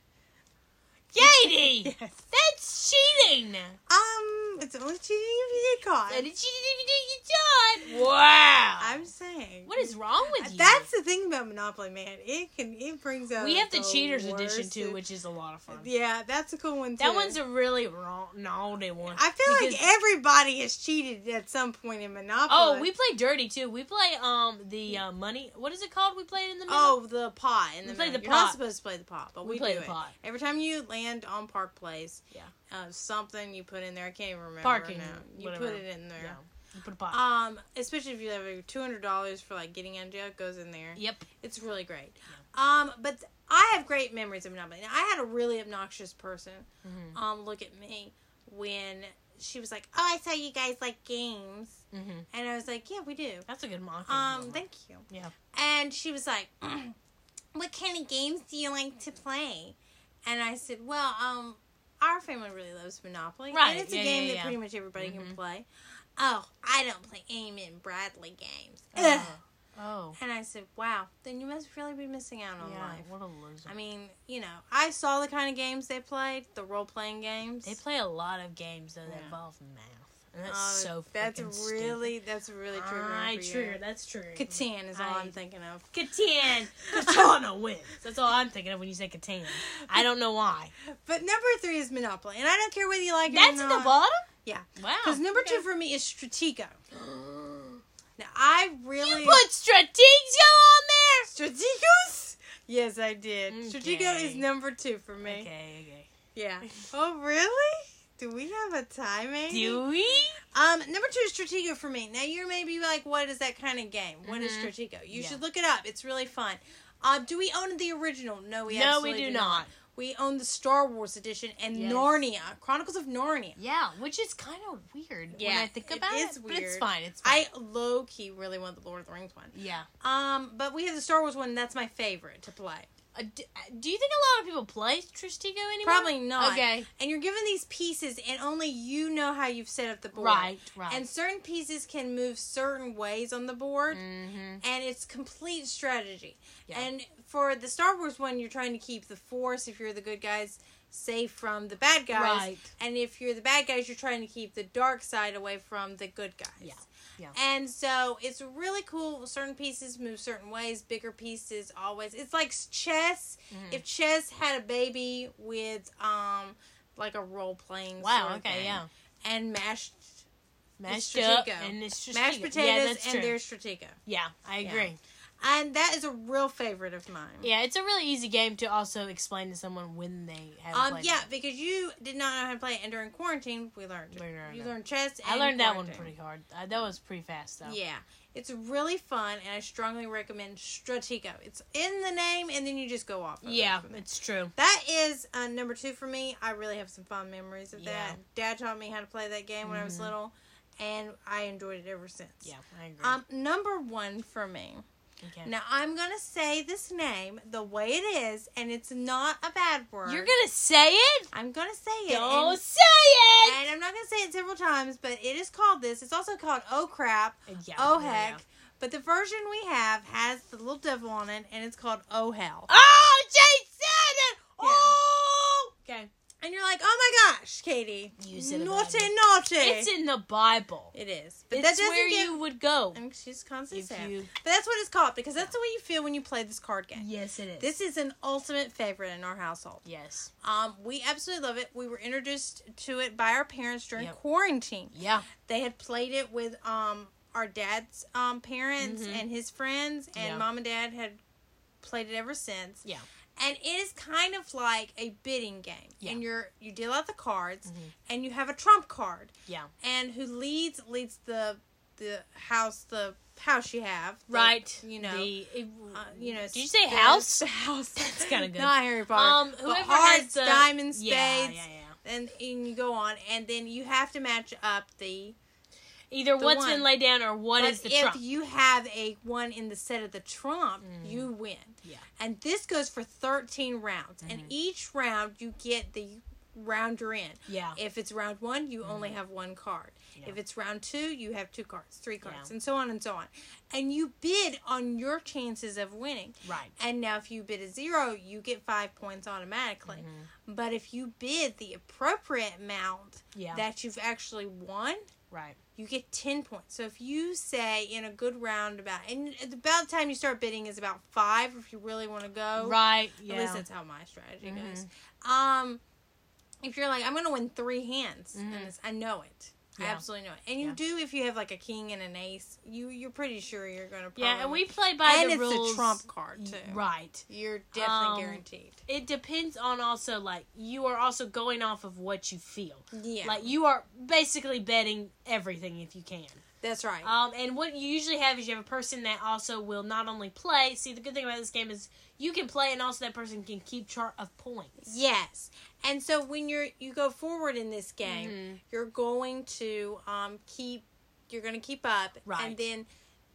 S1: Katie,
S2: Yes.
S1: that's cheating.
S2: Um, it's only cheating if you get caught.
S1: So did you do your job? Wow.
S2: I'm saying.
S1: what is wrong with you?
S2: That's the thing about Monopoly, man. It can it brings out.
S1: we have the,
S2: the
S1: cheaters edition
S2: worst
S1: too,
S2: in-
S1: which is a lot of fun.
S2: yeah, that's a cool one too.
S1: That one's a really wrong, naughty one.
S2: I feel
S1: because-
S2: like everybody has cheated at some point in Monopoly.
S1: oh, we play dirty too. We play um the uh, money. What is it called? We play it in the middle.
S2: Oh, the pot and
S1: We
S2: the
S1: play
S2: middle.
S1: the
S2: You're not
S1: pot.
S2: supposed to play the pot, but
S1: We
S2: we,
S1: play
S2: do
S1: the
S2: it.
S1: pot.
S2: Every time you land on Park Place,
S1: Yeah.
S2: uh, something you put in there. I can't even remember
S1: Parking,
S2: now. You
S1: whatever.
S2: put it in there.
S1: Yeah. You put a pot.
S2: Um, especially if you have like, two hundred dollars for like getting out of jail it goes in there.
S1: yep.
S2: It's really great. Um, but th- I have great memories of Monopoly. Now, I had a really obnoxious person
S1: Mhm.
S2: um look at me when she was like, "Oh, I saw you guys like games,"
S1: hmm
S2: and I was like, "Yeah, we do."
S1: That's a good mock.
S2: Um, thank you.
S1: Mm-hmm. Yeah.
S2: And she was like, (clears throat) "What kind of games do you like to play?" And I said, "Well, um, our family really loves Monopoly,
S1: Right,
S2: And it's
S1: yeah,
S2: a game
S1: yeah,
S2: that
S1: yeah.
S2: pretty much everybody can
S1: Mhm.
S2: play." Oh, I don't play Amy and Bradley games. Ugh.
S1: oh. Oh.
S2: And I said, "Wow, then you must really be missing out on
S1: Yeah,
S2: life."
S1: what a loser.
S2: I mean, you know, I saw the kind of games they played, the role playing games.
S1: they play a lot of games though that
S2: Yeah.
S1: involve math, and that's
S2: Uh,
S1: so.
S2: That's
S1: freaking
S2: really that's really
S1: Stupid.
S2: triggering.
S1: I
S2: for you.
S1: trigger. That's triggering.
S2: Catan is all I,
S1: I-
S2: am thinking of.
S1: Catan. Katana wins. That's all I'm thinking of when you say Catan. I don't know why.
S2: But number three is Monopoly, and I don't care whether you like
S1: That's
S2: it or
S1: at
S2: not.
S1: the bottom.
S2: Yeah.
S1: Wow.
S2: Because number two (gasps) for me is Stratego. Now I
S1: you (gasps)
S2: really
S1: put Stratego on there.
S2: Strategos. Yes, I did. Stratego
S1: Okay.
S2: is number two for me.
S1: Okay. Okay.
S2: Yeah. Oh, really? Do we have a time, Amy?
S1: Do we?
S2: Um, number two is Stratego for me. Now you may be like, what is that kind of game? What is
S1: Mhm.
S2: Stratego? You
S1: Yeah.
S2: should look it up. It's really fun. Um, do we own the original? No, we
S1: no, we
S2: absolutely
S1: do not.
S2: We own the Star Wars edition and
S1: Yes.
S2: Narnia Chronicles of Narnia.
S1: Yeah, which is kind of weird when
S2: Yeah,
S1: I think
S2: it
S1: about it.
S2: is
S1: But it's
S2: weird.
S1: fine. It's fine.
S2: I low key really want the Lord of the Rings one.
S1: yeah.
S2: Um, but we have the Star Wars one. That's my favorite to play.
S1: Uh, do, do you think a lot of people play Tristico anymore?
S2: Probably not.
S1: Okay.
S2: And you're given these pieces, and only you know how you've set up the board.
S1: Right, right.
S2: And certain pieces can move certain ways on the board,
S1: mm-hmm.
S2: and it's complete strategy.
S1: Yeah.
S2: And for the Star Wars one, you're trying to keep the Force, if you're the good guys, safe from the bad guys.
S1: Right.
S2: And if you're the bad guys, you're trying to keep the dark side away from the good guys.
S1: Yeah. Yeah.
S2: And so it's really cool. Certain pieces move certain ways. Bigger pieces always. It's like chess.
S1: Mhm.
S2: If chess had a baby with um, like a role playing.
S1: Wow. Okay. Yeah.
S2: And mashed
S1: Mashed
S2: It's
S1: up
S2: Stratego.
S1: and it's Stratego.
S2: mashed potatoes
S1: yeah,
S2: and
S1: true.
S2: there's Stratego.
S1: yeah, I
S2: Yeah.
S1: agree.
S2: And that is a real favorite of mine.
S1: Yeah. it's a really easy game to also explain to someone when they have
S2: Um,
S1: played.
S2: yeah,
S1: it.
S2: because you did not know how to play it, and during quarantine we learned. it.
S1: Learned it,
S2: You
S1: yeah.
S2: learned chess.
S1: I
S2: and
S1: learned that one
S2: quarantine.
S1: pretty hard. Uh, that was pretty fast though.
S2: Yeah. It's really fun, and I strongly recommend Stratego. It's in the name, and then you just go off. of it
S1: Yeah,
S2: from there.
S1: it's true.
S2: That is uh, number two for me. I really have some fond memories of
S1: Yeah.
S2: that. Dad taught me how to play that game when I was
S1: Mhm.
S2: little, and I enjoyed it ever since.
S1: Yeah, I agree.
S2: Um, number one for me.
S1: okay.
S2: Now I'm gonna say this name the way it is, and it's not a bad word.
S1: You're gonna say it?
S2: I'm gonna say it.
S1: Don't
S2: and-
S1: say it.
S2: and I'm not gonna say it several times, but it is called this. It's also called Oh Crap,
S1: Uh, yeah,
S2: Oh
S1: yeah,
S2: Heck.
S1: yeah.
S2: But the version we have has the little devil on it, and it's called Oh Hell.
S1: Oh, Jade said it. Oh. Okay.
S2: And you're like, oh my gosh, Katie,
S1: You said it
S2: naughty,
S1: already.
S2: naughty.
S1: It's in the Bible.
S2: It is, but
S1: But
S2: that
S1: that's
S2: doesn't
S1: where
S2: give-
S1: you would go.
S2: I'm- she's constantly
S1: If
S2: sad.
S1: you,
S2: But that's what it's called because that's the way you feel when you play this card game.
S1: yes, it is.
S2: This is an ultimate favorite in our household.
S1: yes.
S2: Um, we absolutely love it. We were introduced to it by our parents during
S1: Yep.
S2: quarantine.
S1: Yeah.
S2: they had played it with um our dad's um parents
S1: Mhm.
S2: and his friends and
S1: Yeah.
S2: mom and dad had played it ever since
S1: Yeah.
S2: and it is kind of like a bidding game
S1: Yeah.
S2: and you're you deal out the cards
S1: Mhm.
S2: and you have a trump card
S1: Yeah.
S2: and who leads leads the the house the house you have the-
S1: Right.
S2: you know
S1: The, it-
S2: uh, you know
S1: Did you say
S2: the-
S1: house?
S2: the (laughs) house
S1: That's kinda good.
S2: not harry potter
S1: um,
S2: but
S1: whoever
S2: hearts
S1: has the
S2: diamonds spades
S1: Yeah, yeah, yeah.
S2: And, and you go on and then you have to match up the
S1: Either
S2: The
S1: what's
S2: one.
S1: been laid down or what
S2: but
S1: is the
S2: if
S1: trump.
S2: you have a one in the set of the trump,
S1: Mhm.
S2: you win.
S1: Yeah.
S2: And this goes for 13 rounds. And
S1: Mhm.
S2: each round you get the round you're in.
S1: yeah.
S2: If it's round one, you only
S1: Mhm.
S2: have one card.
S1: Oh. Yeah.
S2: If it's round two, you have two cards, three cards,
S1: Yeah.
S2: and so on and so on. And you bid on your chances of winning.
S1: Right.
S2: And now, if you bid a zero, you get five points automatically.
S1: Mhm.
S2: But if you bid the appropriate amount
S1: Yeah.
S2: that you've actually won,
S1: right.
S2: you get 10 points. So if you say in a good round about, and about the time you start bidding is about five if you really want to go.
S1: Right. Yeah.
S2: At least that's how my strategy
S1: Mhm.
S2: goes. Um, if you're like, I'm going to win three hands, in
S1: Mhm.
S2: this, I know it. I
S1: Yeah.
S2: absolutely know it. And you
S1: Yeah.
S2: do if you have like a king and an ace, you, you're pretty sure you're going to
S1: yeah, and we play by
S2: And
S1: the
S2: it's
S1: rules.
S2: a trump card too.
S1: Right.
S2: You're definitely
S1: Um,
S2: guaranteed.
S1: It depends on also like you are also going off of what you feel.
S2: Yeah.
S1: Like you are basically betting everything if you can.
S2: that's right.
S1: Um, and what you usually have is you have a person that also will not only play. See, the good thing about this game is you can play, and also that person can keep chart of points.
S2: Yes. And so when you're you go forward in this game,
S1: Mhm.
S2: you're going to um keep you're going to keep up
S1: Right.
S2: and then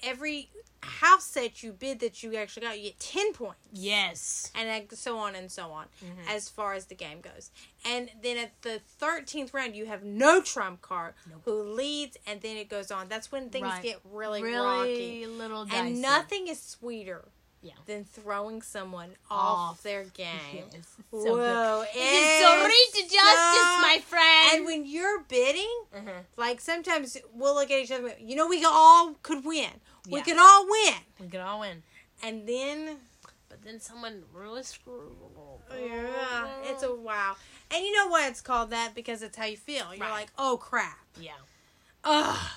S2: every house set you bid that you actually got, you get 10 points.
S1: Yes.
S2: And then so on and so on
S1: Mhm.
S2: as far as the game goes. And then at the 13th round, you have no trump card
S1: Nope.
S2: who leads and then it goes on. That's when things
S1: Right.
S2: get really, rocky.
S1: really little dicey.
S2: And nothing is sweeter
S1: Yeah.
S2: than throwing someone off,
S1: Off.
S2: their game.
S1: Yes, it's (laughs) so good.
S2: Whoa,
S1: It is so reach to justice, my friend.
S2: And when you're bidding,
S1: Mhm.
S2: like sometimes we'll look at each other. and go, You know, we all could win. We
S1: Yeah.
S2: could all win.
S1: we could all win,
S2: And then,
S1: but then someone really screwed. Oh,
S2: yeah, it's a wow. And you know why it's called that? Because it's how you feel. You're
S1: Right.
S2: like, oh crap,
S1: yeah.
S2: ugh,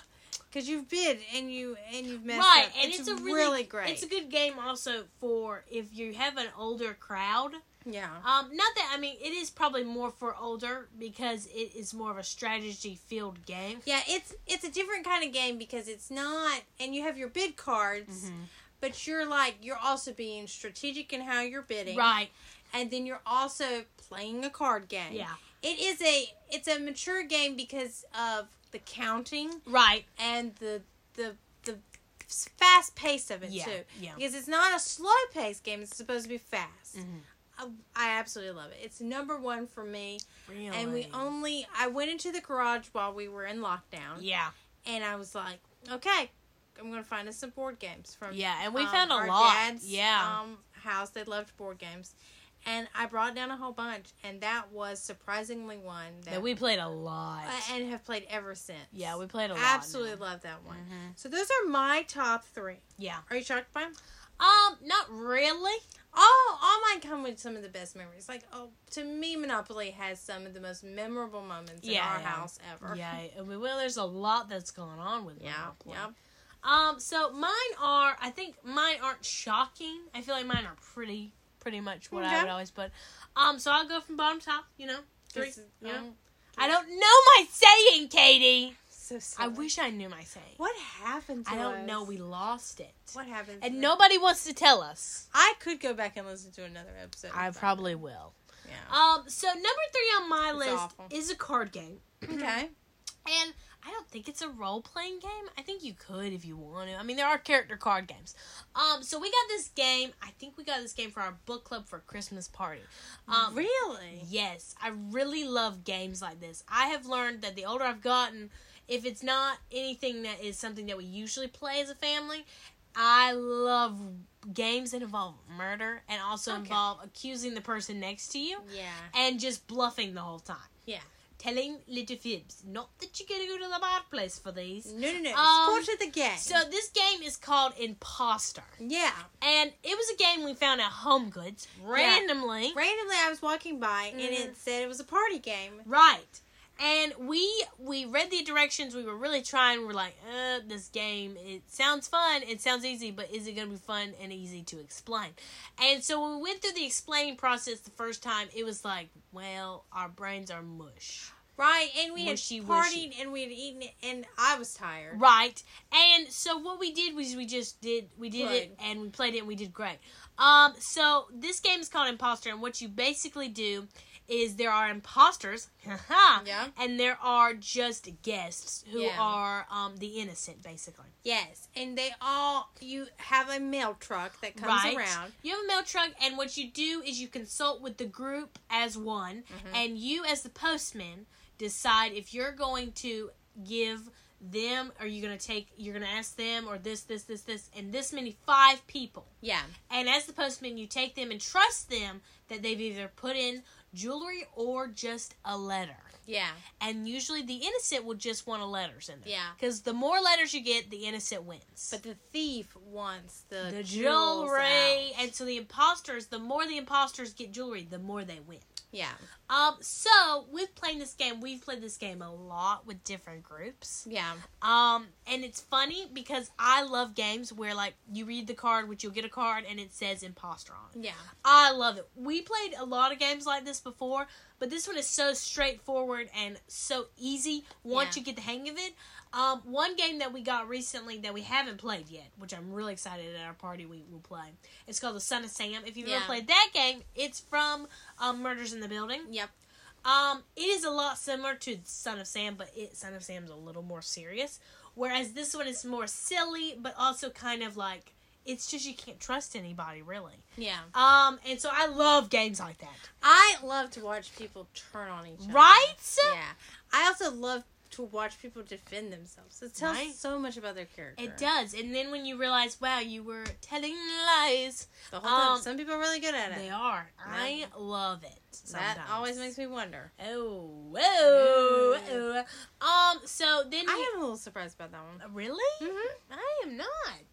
S2: because you've bid and you and you've messed
S1: right,
S2: up.
S1: and it's, a really,
S2: great.
S1: It's a good game also for if you have an older crowd.
S2: yeah.
S1: Um, not that I mean, it is probably more for older because it is more of a strategy field game.
S2: Yeah, it's it's a different kind of game because it's not, and you have your bid cards,
S1: Mm-hmm.
S2: but you're like you're also being strategic in how you're bidding,
S1: Right.
S2: And then you're also playing a card game.
S1: Yeah.
S2: it is a it's a mature game because of the counting
S1: Right.
S2: and the the the fast pace of it
S1: Yeah,
S2: too.
S1: yeah.
S2: Because it's not a slow paced game. It's supposed to be fast.
S1: Mm-hmm.
S2: I, I absolutely love it. It's number one for me.
S1: Really?
S2: And we only I went into the garage while we were in lockdown.
S1: Yeah,
S2: And I was like, okay, I'm gonna find us some board games from
S1: yeah, and we
S2: um,
S1: found a
S2: our
S1: lot.
S2: dad's,
S1: yeah,
S2: um, house. They loved board games, and I brought down a whole bunch, and that was surprisingly one that,
S1: that we played a lot.
S2: uh, and have played ever since.
S1: yeah, we played a lot.
S2: absolutely
S1: now.
S2: love that one.
S1: Mhm.
S2: So those are my top three.
S1: Yeah.
S2: Are you shocked by them?
S1: Um, not really. Oh,
S2: All, all mine come with some of the best memories. Like, oh, to me, Monopoly has some of the most memorable moments in
S1: Yeah,
S2: our
S1: yeah.
S2: house ever.
S1: Yeah, I mean, well, there's a lot that's going on with
S2: yeah,
S1: Monopoly.
S2: yeah.
S1: Um, so mine are, I think mine aren't shocking. I feel like mine are pretty, pretty much what
S2: Okay.
S1: I would always put. Um, so I'll go from bottom to top, you know, three.
S2: This is-
S1: you know?
S2: um,
S1: I don't know my saying, Katie.
S2: so silly.
S1: I wish I knew my saying.
S2: What happened? To
S1: I don't
S2: us?
S1: know. We lost it.
S2: What happened? to
S1: And
S2: us?
S1: nobody wants to tell us.
S2: I could go back and listen to another
S1: I
S2: episode. about it.
S1: probably will.
S2: Yeah.
S1: Um, so number three on my
S2: It's
S1: list
S2: awful.
S1: is a card game.
S2: Okay.
S1: And I don't think it's a role playing game. I think you could if you want to. I mean, there are character card games. Um, so we got this game. I think we got this game for our book club for Christmas party. Um,
S2: really?
S1: Yes, I really love games like this. I have learned that the older I've gotten, if it's not anything that is something that we usually play as a family, I love games that involve murder and also
S2: Okay.
S1: involve accusing the person next to you
S2: Yeah.
S1: and just bluffing the whole time.
S2: Yeah.
S1: Telling little fibs. Not that you gotta go to the bad place for these.
S2: No, no, no.
S1: Um,
S2: Support of the game.
S1: So this game is called Imposter.
S2: yeah.
S1: And it was a game we found at Home Goods randomly.
S2: Randomly, I was walking by and
S1: Mhm.
S2: it said it was a party game.
S1: Right. And we we read the directions. We were really trying. We were like, uh, this game. It sounds fun. It sounds easy, but is it going to be fun and easy to explain? And so when we went through the explaining process the first time, it was like, well, our brains are mush.
S2: Right. And we had
S1: Wishy
S2: partied and we had eaten it and I was tired.
S1: Right. And so what we did was we just did we did it and we played it and we did great. Um so this game is called Imposter and what you basically do is there are imposters (laughs)
S2: Yeah.
S1: and there are just guests who
S2: Yeah.
S1: are um the innocent basically.
S2: Yes. And they all, you have a mail truck that comes
S1: right.
S2: around.
S1: You have a mail truck and what you do is you consult with the group as one
S2: Mm-hmm.
S1: and you as the postman decide if you're going to give them or you're going to take you're going to ask them or this this this this and this many five people
S2: Yeah.
S1: and as the postman you take them and trust them that they've either put in jewelry or just a letter
S2: Yeah.
S1: and usually the innocent will just want a letters in there
S2: Yeah.
S1: because the more letters you get the innocent wins
S2: But the thief wants the,
S1: the
S2: jewels
S1: jewelry
S2: out.
S1: and so the imposters the more the imposters get jewelry the more they win
S2: Yeah.
S1: um so with playing this game we've played this game a lot with different groups
S2: Yeah.
S1: um and it's funny because i love games where like you read the card which you'll get a card and it says imposter on it
S2: Yeah.
S1: I love it. We played a lot of games like this before, but this one is so straightforward and so easy once
S2: Yeah.
S1: you get the hang of it. Um, one game that we got recently that we haven't played yet, which I'm really excited at our party we will play. It's called The Son of Sam. If you've
S2: Yeah.
S1: ever played that game, it's from um, Murders in the Building.
S2: Yep.
S1: Um, it is a lot similar to Son of Sam, but it, Son of Sam's a little more serious. Whereas this one is more silly, but also kind of like it's just you can't trust anybody really.
S2: Yeah.
S1: Um, and so I love games like that.
S2: I love to watch people turn on each other.
S1: Right?
S2: Yeah. I also love to watch people defend themselves. It tells
S1: Right?
S2: so much about their character.
S1: It does. And then when you realize, wow, you were telling lies,
S2: The whole time.
S1: Um,
S2: Some people are really good at it.
S1: they are. I love it.
S2: that
S1: Sometimes.
S2: always makes me wonder.
S1: Oh, whoa. oh. Um, so then you-
S2: I am a little surprised about that one.
S1: Really?
S2: Mhm.
S1: I am
S2: Mm-hmm.
S1: not.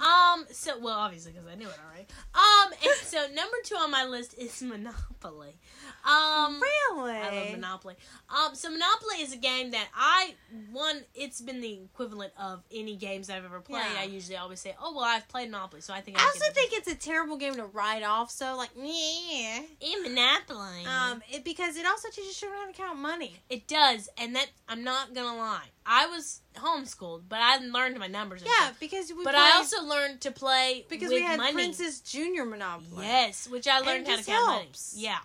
S1: Um, so, well, obviously, because I knew it already. Um, and so number two on my list is Monopoly. Um,
S2: Really?
S1: I love Monopoly. Um, so Monopoly is a game that I one. It's been the equivalent of any games I've ever played.
S2: Yeah.
S1: I usually always say, "Oh well, I've played Monopoly," so I think. I,
S2: I also
S1: get the-
S2: think it's a terrible game to write off. So like, yeah.
S1: in Monopoly,
S2: Um, it, because it also teaches children how to count money.
S1: it does, and that I'm not gonna lie. I was homeschooled, but I learned my numbers. And
S2: Yeah,
S1: stuff.
S2: because we.
S1: but
S2: played,
S1: I also learned to play
S2: because
S1: with
S2: we had
S1: money.
S2: Princess Junior Monopoly.
S1: Yes, which I learned how to
S2: just
S1: count money.
S2: helps.
S1: Yeah.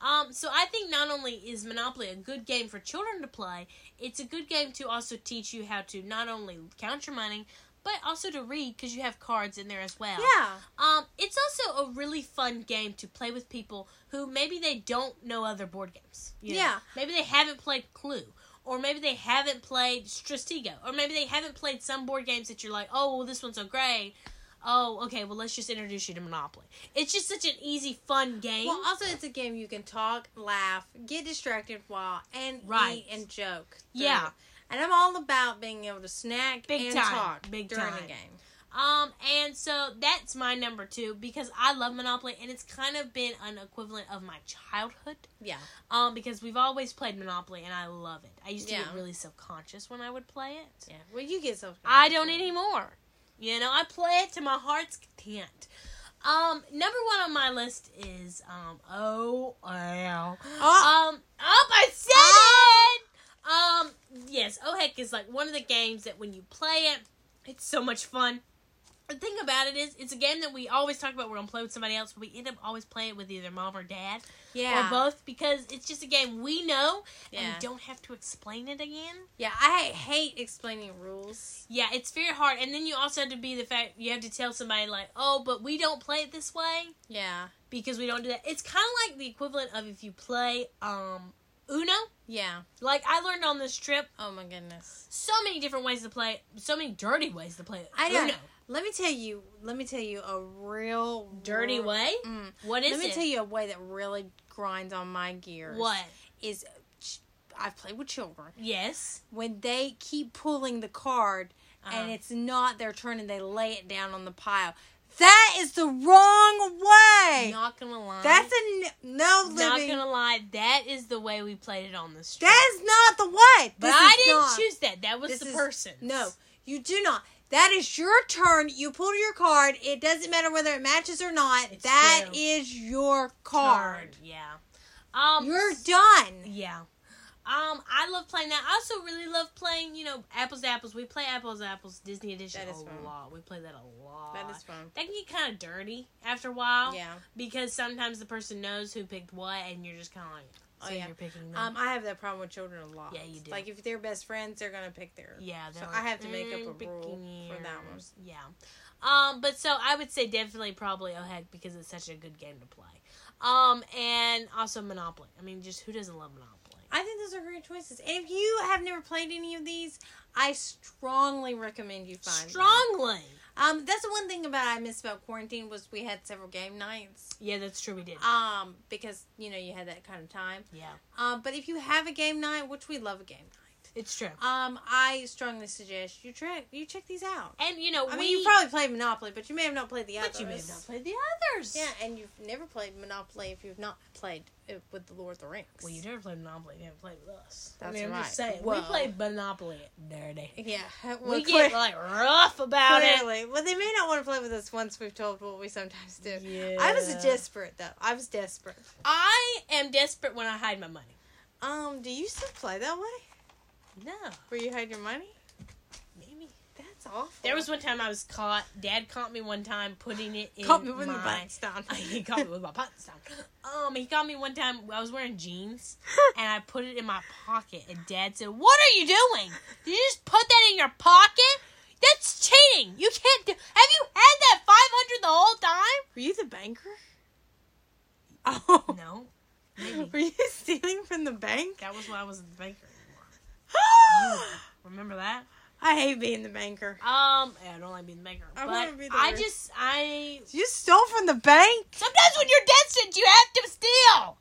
S1: Um, so I think not only is Monopoly a good game for children to play, it's a good game to also teach you how to not only count your money, but also to read because you have cards in there as well.
S2: Yeah.
S1: Um, it's also a really fun game to play with people who maybe they don't know other board games. you know?
S2: Yeah.
S1: Maybe they haven't played Clue, or maybe they haven't played Stratego, or maybe they haven't played some board games that you're like, oh, well, this one's so great. Oh, okay. Well, let's just introduce you to Monopoly. It's just such an easy, fun game.
S2: Well, also it's a game you can talk, laugh, get distracted while, and
S1: Right.
S2: eat and joke. through.
S1: Yeah.
S2: and I'm all about being able to snack
S1: Big
S2: and
S1: time.
S2: talk
S1: Big
S2: during
S1: time.
S2: a game.
S1: Um, and so that's my number two because I love Monopoly and it's kind of been an equivalent of my childhood.
S2: Yeah,
S1: Um, because we've always played Monopoly and I love it. I used to
S2: Yeah.
S1: get really self conscious when I would play it.
S2: yeah. Well, you get so.
S1: I don't anymore. You know, I play it to my heart's content. Um, number one on my list is um oh wow.
S2: Oh.
S1: Um up I said it! Um yes, oh heck is like one of the games that when you play it, it's so much fun. The thing about it is it's a game that we always talk about we're gonna play with somebody else, but we end up always playing it with either mom or dad
S2: Yeah,
S1: or both because it's just a game we know and
S2: Yeah.
S1: we don't have to explain it again.
S2: Yeah, I hate explaining rules.
S1: Yeah, it's very hard. And then you also have to be the fact you have to tell somebody like, "Oh, but we don't play it this way
S2: Yeah,
S1: because we don't do that." It's kind of like the equivalent of if you play um Uno.
S2: yeah.
S1: Like I learned on this trip
S2: Oh my goodness.
S1: so many different ways to play, so many dirty ways to play
S2: I
S1: Uno.
S2: don't. Let me tell you. Let me tell you a real
S1: Dirty
S2: ru-
S1: way?
S2: Mm.
S1: What is
S2: Let me
S1: it?
S2: tell you a way that really grinds on my gears.
S1: what?
S2: is? ch- I've played with children.
S1: Yes.
S2: when they keep pulling the card
S1: Uh-huh.
S2: and it's not their turn and they lay it down on the pile. That is the wrong way.
S1: Not gonna lie.
S2: That's a n- no
S1: not
S2: living.
S1: gonna lie. That is the way we played it on this trip.
S2: That is not the way.
S1: but
S2: This
S1: I
S2: is
S1: didn't
S2: not.
S1: choose that. That was
S2: This
S1: the
S2: is-
S1: person.
S2: No, you do not. That is your turn. You pull your card. It doesn't matter whether it matches or not. That
S1: It's
S2: is
S1: true.
S2: your card.
S1: Yeah. Um.
S2: You're done.
S1: Yeah. Um, I love playing that. I also really love playing, you know, apples to apples. We play apples to apples Disney edition
S2: That is
S1: a
S2: fun.
S1: lot. We play that a lot.
S2: fun.
S1: That can get kind of dirty after a while.
S2: Yeah.
S1: Because sometimes the person knows who picked what, and you're just kind of like,
S2: Oh,
S1: so
S2: yeah.
S1: you're picking them.
S2: Um, I have that problem with children a lot.
S1: Yeah, you do.
S2: Like if they're best friends, they're gonna pick their.
S1: yeah.
S2: so
S1: they're
S2: I have to make up a
S1: "Mm,
S2: rule
S1: picking
S2: for that one.
S1: yours." Yeah. Um, but so I would say definitely probably oh heck because it's such a good game to play. Um, and also Monopoly. I mean, just who doesn't love Monopoly?
S2: I think those are great choices. And if you have never played any of these, I strongly recommend you find them.
S1: Strongly.
S2: Um, that's the one thing about I miss about quarantine was we had several game nights.
S1: Yeah, that's true. We did.
S2: Um, because you know you had that kind of time.
S1: yeah,
S2: Um, but if you have a game night, which we love a game night,
S1: it's true.
S2: um, I strongly suggest you check you check these out.
S1: And you know,
S2: I
S1: we
S2: mean, you probably played Monopoly, but you may have not played the others.
S1: but you may have not played the others.
S2: Yeah, and you've never played Monopoly if you've not played it with the Lord of the Rings.
S1: Well, you never played Monopoly. You haven't played with us.
S2: That's
S1: I mean, I'm
S2: right.
S1: just saying, we
S2: Whoa.
S1: played Monopoly dirty. (laughs)
S2: Yeah, well,
S1: We
S2: clear-
S1: get like rough about it.
S2: clearly. Well, they may not want to play with us once we've told what we sometimes do. I was
S1: Yeah.
S2: desperate though. I was desperate.
S1: I am desperate when I hide my money.
S2: Um, do you still play that way?
S1: No,
S2: Where you hide your money?
S1: maybe
S2: That's awful.
S1: there was one time I was caught. Dad caught me one time putting it in
S2: caught me with
S1: my.
S2: my
S1: (laughs)
S2: pants down.
S1: he caught me with my pants down. Um, he caught me one time. I was wearing jeans, and I put it in my pocket. And Dad said, "What are you doing? Did you just put that in your pocket? That's cheating. You can't do. Have you had that five hundred the whole time?
S2: (laughs) Were you the banker?
S1: (laughs)
S2: Oh,
S1: No, maybe
S2: (laughs) were you stealing from the bank? (gasps)
S1: that was why I wasn't the banker anymore. Remember that?
S2: I hate being the banker.
S1: Um, yeah, I don't like being the banker,
S2: I wanna
S1: but
S2: be the
S1: I
S2: worst.
S1: just I
S2: You stole from the bank.
S1: sometimes when you're destined, you have to steal.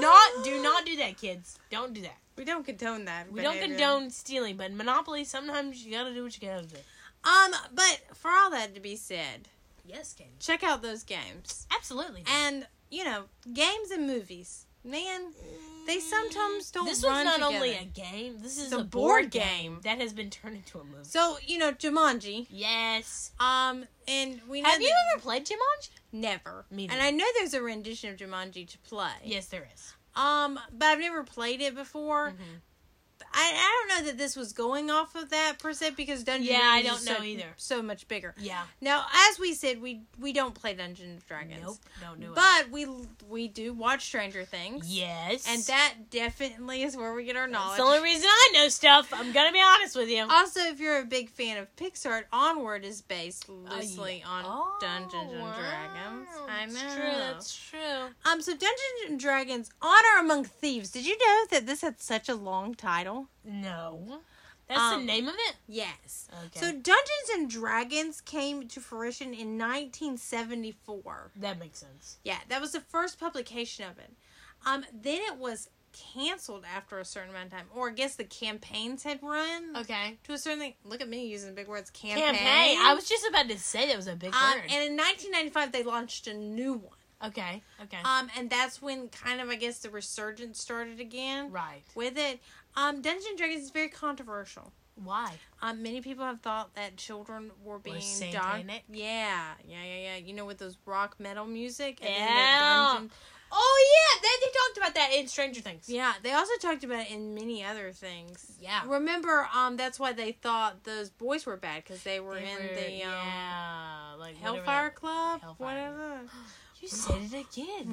S1: Not do not do that, kids. Don't do that.
S2: We don't condone that.
S1: We don't
S2: behavior.
S1: condone stealing, but in Monopoly, sometimes you gotta do what you gotta do.
S2: Um, but for all that to be said,
S1: Yes, Katie.
S2: check out those games.
S1: Absolutely.
S2: And, you know, games and movies. Man, they sometimes don't
S1: This
S2: run
S1: was not
S2: together.
S1: only a game. This is
S2: It's
S1: a, board game. that has been turned into a movie.
S2: So, you know, Jumanji.
S1: yes.
S2: Um, and we know
S1: Have you
S2: that-
S1: ever played Jumanji?
S2: never.
S1: Me
S2: and
S1: neither.
S2: I know there's a rendition of Jumanji to play.
S1: Yes, there is.
S2: Um, but I've never played it before.
S1: Mhm.
S2: But I, I don't know that this was going off of that per se because Dungeons
S1: Yeah, I
S2: and Dragons
S1: don't
S2: is
S1: know
S2: so,
S1: either.
S2: So much bigger.
S1: Yeah.
S2: Now, as we said, we we don't play Dungeons and Dragons.
S1: Nope. Don't do it.
S2: But we we do watch Stranger Things,
S1: Yes.
S2: and that definitely is where we get our
S1: That's
S2: knowledge.
S1: the only reason I know stuff. I'm gonna be honest with you.
S2: also, if you're a big fan of Pixar, Onward is based
S1: Oh,
S2: loosely
S1: yeah.
S2: on
S1: Oh,
S2: Dungeons and
S1: wow.
S2: Dragons. I know.
S1: That's true. That's true.
S2: Um, so Dungeons and Dragons: Honor Among Thieves. Did you know that this had such a long title?
S1: No. That's the
S2: Um,
S1: name of it?
S2: Yes.
S1: Okay.
S2: So Dungeons and Dragons came to fruition in 1974.
S1: that makes sense.
S2: Yeah, that was the first publication of it. Um, then it was canceled after a certain amount of time, or I guess the campaigns had run
S1: Okay.
S2: to a certain thing. Look at me using big words. Campaign.
S1: Campaign. I was just about to say that was a big
S2: Um,
S1: word.
S2: and in 1995, they launched a new one.
S1: okay. Okay.
S2: Um, and that's when kind of I guess the resurgence started again
S1: right.
S2: with it. Um, Dungeons and Dragons is very controversial.
S1: Why?
S2: Um, many people have thought that children were being dark.
S1: satanic?
S2: Yeah, yeah, yeah, yeah. You know, with those rock metal music. And then the
S1: Yeah.
S2: dungeon-
S1: Oh yeah, they, they talked about that in Stranger Things.
S2: Yeah, they also talked about it in many other things.
S1: Yeah.
S2: Remember, um, that's why they thought those boys were bad because they were
S1: They
S2: in
S1: were-
S2: the um,
S1: yeah, like whatever
S2: Hellfire
S1: that-
S2: Club,
S1: Hellfire, (laughs) You said it again,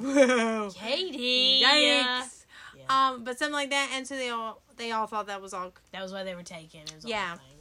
S1: (laughs)
S2: whatever.
S1: Katie.
S2: Yikes!
S1: Yeah.
S2: Um, but something like that, and so they all they all thought that was all.
S1: That was why they were taken. It was a
S2: Yeah.
S1: whole thing,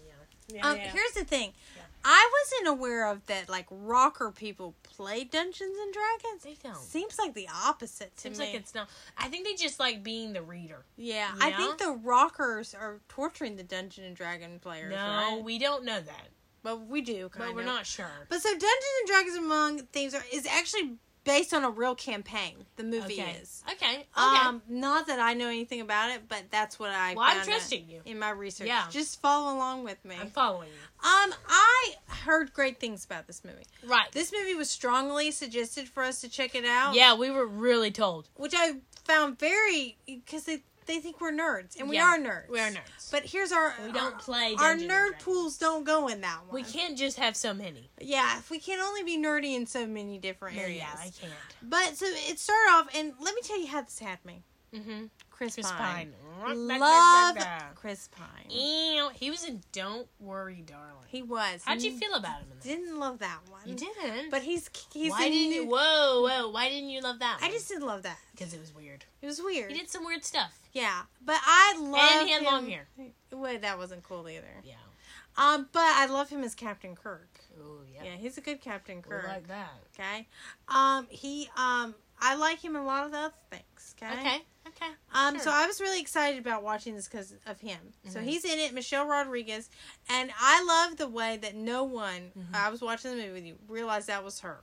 S1: Yeah. Yeah,
S2: um,
S1: yeah.
S2: here's the thing,
S1: Yeah.
S2: I wasn't aware of that. Like rocker people play Dungeons and Dragons.
S1: They don't.
S2: Seems like the opposite to
S1: Seems
S2: me.
S1: like it's not. I think they just like being the reader.
S2: yeah, I
S1: Yeah.
S2: think the rockers are torturing the Dungeon and Dragon players.
S1: no,
S2: right?
S1: we don't know that,
S2: but we do. Kind
S1: but we're
S2: of.
S1: not sure.
S2: But so Dungeons and Dragons Among Thieves are, is actually based on a real campaign. The movie
S1: okay.
S2: is.
S1: Okay. Okay.
S2: Um, not that I know anything about it, but that's what I.
S1: well, I'm
S2: found
S1: trusting you.
S2: out in my research.
S1: Yeah.
S2: Just follow along with me.
S1: I'm following you.
S2: Um, I heard great things about this movie.
S1: Right.
S2: This movie was strongly suggested for us to check it out.
S1: yeah, we were really told.
S2: Which I found very because they they think we're nerds and we
S1: Yeah,
S2: are nerds.
S1: We are nerds. uh,
S2: But here's our uh,
S1: We don't play.
S2: our,
S1: Dungeons and
S2: nerd
S1: Dragons.
S2: pools don't go in that one.
S1: We can't just have so many.
S2: Yeah, if we can only be nerdy in so many different
S1: No,
S2: areas.
S1: yeah, I can't.
S2: But so it started off, and let me tell you how this had me.
S1: Mm-hmm.
S2: Chris,
S1: Chris
S2: Pine.
S1: Pine.
S2: Love Chris Pine.
S1: Ew. He was in Don't Worry, Darling.
S2: He was.
S1: How'd you feel about him? In that?
S2: Didn't love that one.
S1: You didn't.
S2: But he's he's
S1: why
S2: a
S1: didn't
S2: new-
S1: you? Whoa, whoa. Why didn't you love that?
S2: I just didn't love that.
S1: because it was weird.
S2: It was weird.
S1: He did some weird stuff.
S2: Yeah, but I love
S1: and he had
S2: him.
S1: long hair.
S2: Well, that wasn't cool either.
S1: Yeah.
S2: Um, but I love him as Captain Kirk.
S1: Oh yeah.
S2: Yeah, he's a good Captain
S1: We
S2: Kirk.
S1: like that.
S2: okay. Um, he um, I like him in a lot of the other things.
S1: Okay. Okay.
S2: Um,
S1: Sure.
S2: so I was really excited about watching this because of him. So
S1: Mhm.
S2: he's in it, Michelle Rodriguez, and I love the way that no one
S1: Mhm.
S2: I was watching the movie with you realized that was her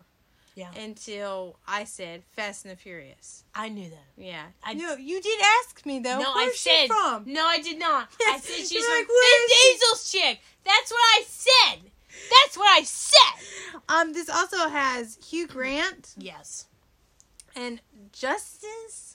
S1: Yeah.
S2: until I said Fast and the Furious.
S1: I knew that.
S2: Yeah,
S1: I-
S2: no, you did ask me though.
S1: no,
S2: Where's
S1: I said.
S2: she from?
S1: No, I did not. (laughs) I said she's
S2: You're
S1: from
S2: like, where
S1: Vin
S2: is she?
S1: Diesel's chick. That's what I said. That's what I said.
S2: Um, this also has Hugh Grant
S1: Yes.
S2: and Justice.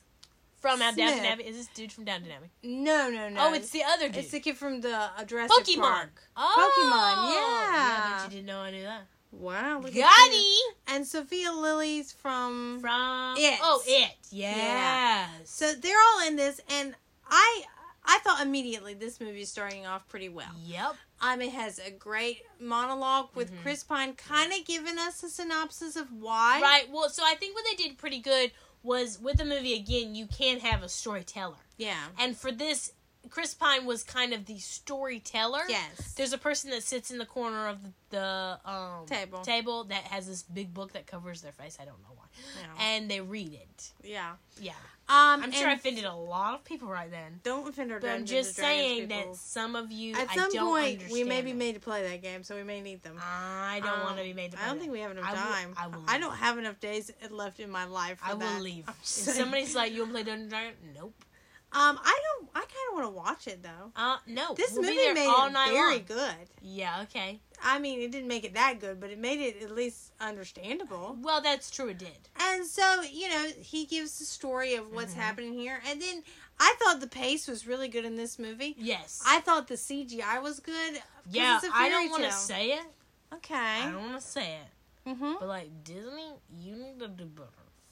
S1: From out Downton
S2: Smith.
S1: Abbey. Is this dude from Downton Abbey?
S2: No, no, no.
S1: Oh, it's the other dude.
S2: it's the kid from the uh, Jurassic
S1: Pokemon.
S2: Park.
S1: Oh.
S2: Pokemon, yeah.
S1: but you didn't know I knew that.
S2: Wow, look at you.
S1: Gotti
S2: And Sophia Lilly's from
S1: from
S2: It.
S1: Oh, it.
S2: Yeah.
S1: Yes.
S2: So they're all in this, and I I thought immediately this movie is starting off pretty well.
S1: Yep.
S2: Um, it has a great monologue with
S1: Mhm.
S2: Chris Pine, kind of giving us a synopsis of why.
S1: Right. Well, so I think what they did pretty good was with the movie again, you can have a storyteller.
S2: Yeah.
S1: And for this, Chris Pine was kind of the storyteller.
S2: Yes.
S1: There's a person that sits in the corner of the, the um,
S2: Table.
S1: table that has this big book that covers their face. I don't know why.
S2: Yeah.
S1: And they read it.
S2: yeah.
S1: Yeah.
S2: Um,
S1: I'm sure I
S2: and
S1: offended a lot of people right then.
S2: don't offend our
S1: But I'm
S2: Dungeons
S1: just
S2: and
S1: saying
S2: Dragons
S1: that
S2: people.
S1: some of you,
S2: At
S1: I
S2: some
S1: don't
S2: point, we
S1: understand
S2: may be
S1: it.
S2: made to play that game, so we may need them.
S1: I don't
S2: Um,
S1: want to be made to.
S2: I don't
S1: play
S2: think
S1: that.
S2: we have enough
S1: I will-
S2: time.
S1: I will
S2: I
S1: leave.
S2: don't have enough days left in my life. For
S1: I will
S2: that.
S1: leave.
S2: (laughs) I'm
S1: If
S2: just saying.
S1: somebody's like, "You want to play Dungeon Dragon?" Nope.
S2: um, I don't. I kind of want to watch it though.
S1: Uh, no.
S2: This
S1: We'll be
S2: movie
S1: there
S2: made
S1: all
S2: it
S1: night
S2: very
S1: long.
S2: good.
S1: Yeah. Okay.
S2: I mean, it didn't make it that good, but it made it at least understandable.
S1: Well, that's true. It did.
S2: And so, you know, he gives the story of what's
S1: Mhm.
S2: happening here. And then I thought the pace was really good in this movie.
S1: Yes.
S2: I thought the CGI was good. 'cause
S1: yeah.
S2: it's a
S1: I
S2: fairy
S1: don't want to
S2: tale.
S1: say it. I
S2: Okay.
S1: don't want to say it.
S2: Mm-hmm.
S1: But like Disney, you need to do better.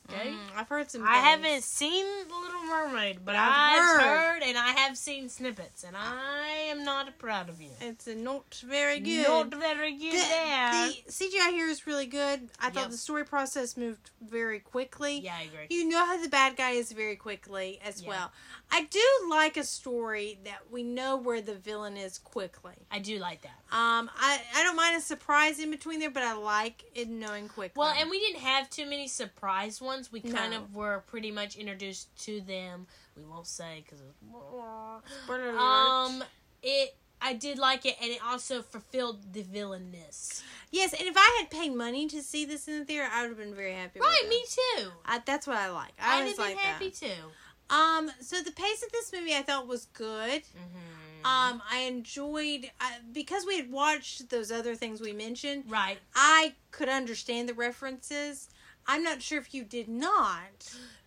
S1: Okay.
S2: Mm, I've heard some.
S1: I
S2: things.
S1: haven't seen The Little Mermaid, but
S2: But
S1: I've
S2: I've
S1: heard.
S2: heard.
S1: and I have seen snippets, and I am not proud of you.
S2: It's a not very good.
S1: Not very good
S2: the,
S1: there.
S2: the CGI here is really good. I thought
S1: Yep.
S2: the story process moved very quickly.
S1: yeah, I agree.
S2: You know how the bad guy is very quickly as
S1: Yeah.
S2: well. I do like a story that we know where the villain is quickly.
S1: I do like that.
S2: Um, I, I don't mind a surprise in between there, but I like it knowing quickly.
S1: Well, and we didn't have too many surprise ones. We kind
S2: No.
S1: of were pretty much introduced to them. We won't say because
S2: Spoiler alert.
S1: um, it. I did like it, and it also fulfilled the villainness.
S2: yes, and if I had paid money to see this in the theater, I would have been very happy. with
S1: Right,
S2: that.
S1: me too.
S2: I, that's what I like.
S1: I
S2: I,
S1: would
S2: always
S1: have
S2: like
S1: been
S2: that.
S1: happy too.
S2: Um, so the pace of this movie I thought was good.
S1: Mm-hmm.
S2: Um, I enjoyed I, because we had watched those other things we mentioned.
S1: right.
S2: I could understand the references. I'm not sure if you did not,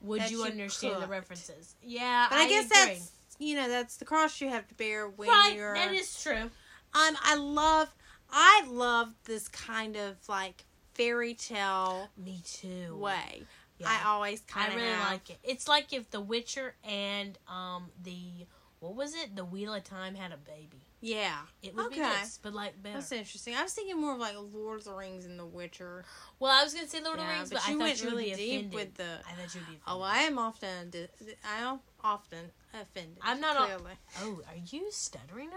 S1: Would
S2: that
S1: you
S2: you
S1: understand the
S2: cooked.
S1: references? Yeah,
S2: but I, guess
S1: agree.
S2: that's you know that's the cross you have to bear when
S1: right.
S2: you're.
S1: That is true.
S2: um, I love, I love this kind of like fairy tale
S1: Me too.
S2: way.
S1: Yeah.
S2: I always kind
S1: I
S2: of
S1: really like it. It's like if The Witcher and um the what was it? The Wheel of Time had a baby.
S2: Yeah,
S1: It would be
S2: Okay.
S1: this, but like better.
S2: that's interesting. I was thinking more of like Lord of the Rings and The Witcher.
S1: Well, I was gonna say Lord of the
S2: Yeah,
S1: Rings, but,
S2: but
S1: I
S2: you
S1: thought
S2: went
S1: you would
S2: really
S1: be
S2: deep
S1: offended.
S2: with the-
S1: I thought you would be offended.
S2: Oh, I am often. Dis- I am often offended.
S1: I'm not o-
S2: clearly.
S1: Oh, are you stuttering?
S2: (laughs)
S1: over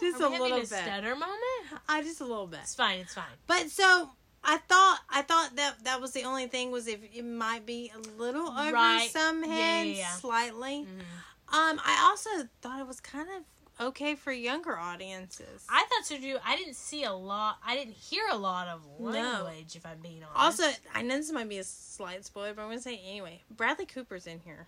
S1: there?
S2: Just
S1: are
S2: a
S1: we
S2: little
S1: having a
S2: bit.
S1: stutter moment.
S2: I just a little bit.
S1: It's fine. It's fine.
S2: But so I thought. I thought that that was the only thing was if it might be a little over
S1: Right.
S2: some
S1: Yeah,
S2: heads,
S1: yeah, yeah.
S2: slightly.
S1: Mhm.
S2: Um, I also thought it was kind of okay for younger audiences.
S1: I thought so too. I didn't see a lot. I didn't hear a lot of
S2: No.
S1: language. If I'm being honest. (gasps)
S2: also, I know this might be a slight spoiler, but I'm gonna say it anyway. Bradley Cooper's in here.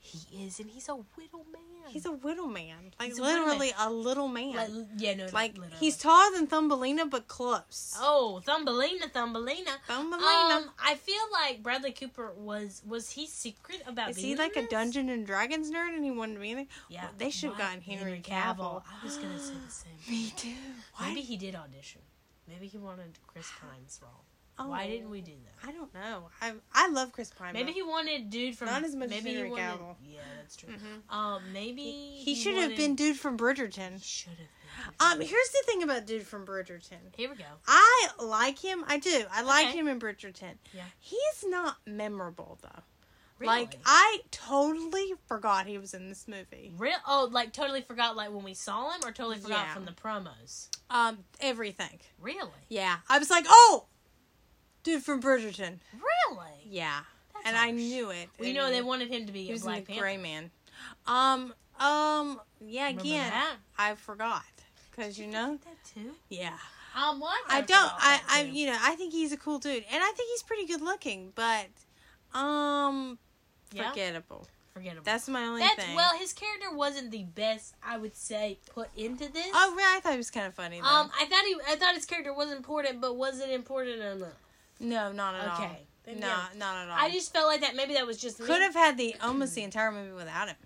S1: he is, and he's a widow man.
S2: He's a little man, like
S1: He's a widow man.
S2: literally Hmm. a little man.
S1: like,
S2: Like,
S1: yeah, no, literally.
S2: he's taller than Thumbelina, but close.
S1: oh Thumbelina, Thumbelina.
S2: Thumbelina.
S1: Um, I feel like Bradley Cooper was was he secret about
S2: Is
S1: being
S2: he
S1: in
S2: like a
S1: this?
S2: Dungeon and Dragons nerd and he wanted to be in there?
S1: Yeah,
S2: Well, they should have
S1: why
S2: gotten Henry Cavill.
S1: I was gonna say
S2: (gasps)
S1: the same.
S2: Me too. Why?
S1: Maybe he did audition. Maybe he wanted Chris Pine's role.
S2: oh,
S1: Why didn't we do that?
S2: I don't know. I I love Chris Pine.
S1: Maybe he wanted dude from
S2: Not as much as
S1: maybe
S2: Henry
S1: he wanted,
S2: Cavill.
S1: Yeah, that's true.
S2: Mhm.
S1: Um, maybe
S2: he, should have
S1: wanted-
S2: been dude from
S1: He
S2: Bridgerton.
S1: should have been. dude
S2: Um,
S1: from-
S2: here's the thing about dude from Bridgerton.
S1: here we go.
S2: I like him. I do. I like
S1: Okay.
S2: him in Bridgerton.
S1: Yeah.
S2: He's not memorable though.
S1: Really?
S2: Like I totally forgot he was in this movie.
S1: Real? Oh, like totally forgot like when we saw him, or totally forgot
S2: Yeah.
S1: from the promos.
S2: Um, everything.
S1: Really?
S2: Yeah. I was like, oh, dude from Bridgerton.
S1: Really?
S2: Yeah.
S1: That's
S2: and I
S1: harsh.
S2: knew it.
S1: We
S2: and
S1: know
S2: it-
S1: they wanted him to be
S2: He
S1: a
S2: was
S1: Black
S2: in the
S1: Panther.
S2: Gray Man. Um, um, yeah,
S1: Remember
S2: again,
S1: that?
S2: I forgot because
S1: Did
S2: you know,
S1: (laughs) think that too.
S2: yeah.
S1: Um, well,
S2: I
S1: kinda
S2: don't.
S1: forgot
S2: I,
S1: that
S2: I,
S1: too.
S2: you know, I think he's a cool dude, and I think he's pretty good looking, but um,
S1: Yeah?
S2: forgettable.
S1: forgettable.
S2: That's my only
S1: That's
S2: thing.
S1: well, his character wasn't the best I would say put into this.
S2: oh, really? I thought he was kind of funny. Though.
S1: um, I thought he, I thought his character was important, but wasn't important enough.
S2: no, not at
S1: Okay,
S2: all.
S1: then
S2: no,
S1: yeah.
S2: not at all.
S1: I just felt like that maybe that was just me.
S2: could have had the almost the entire movie without him.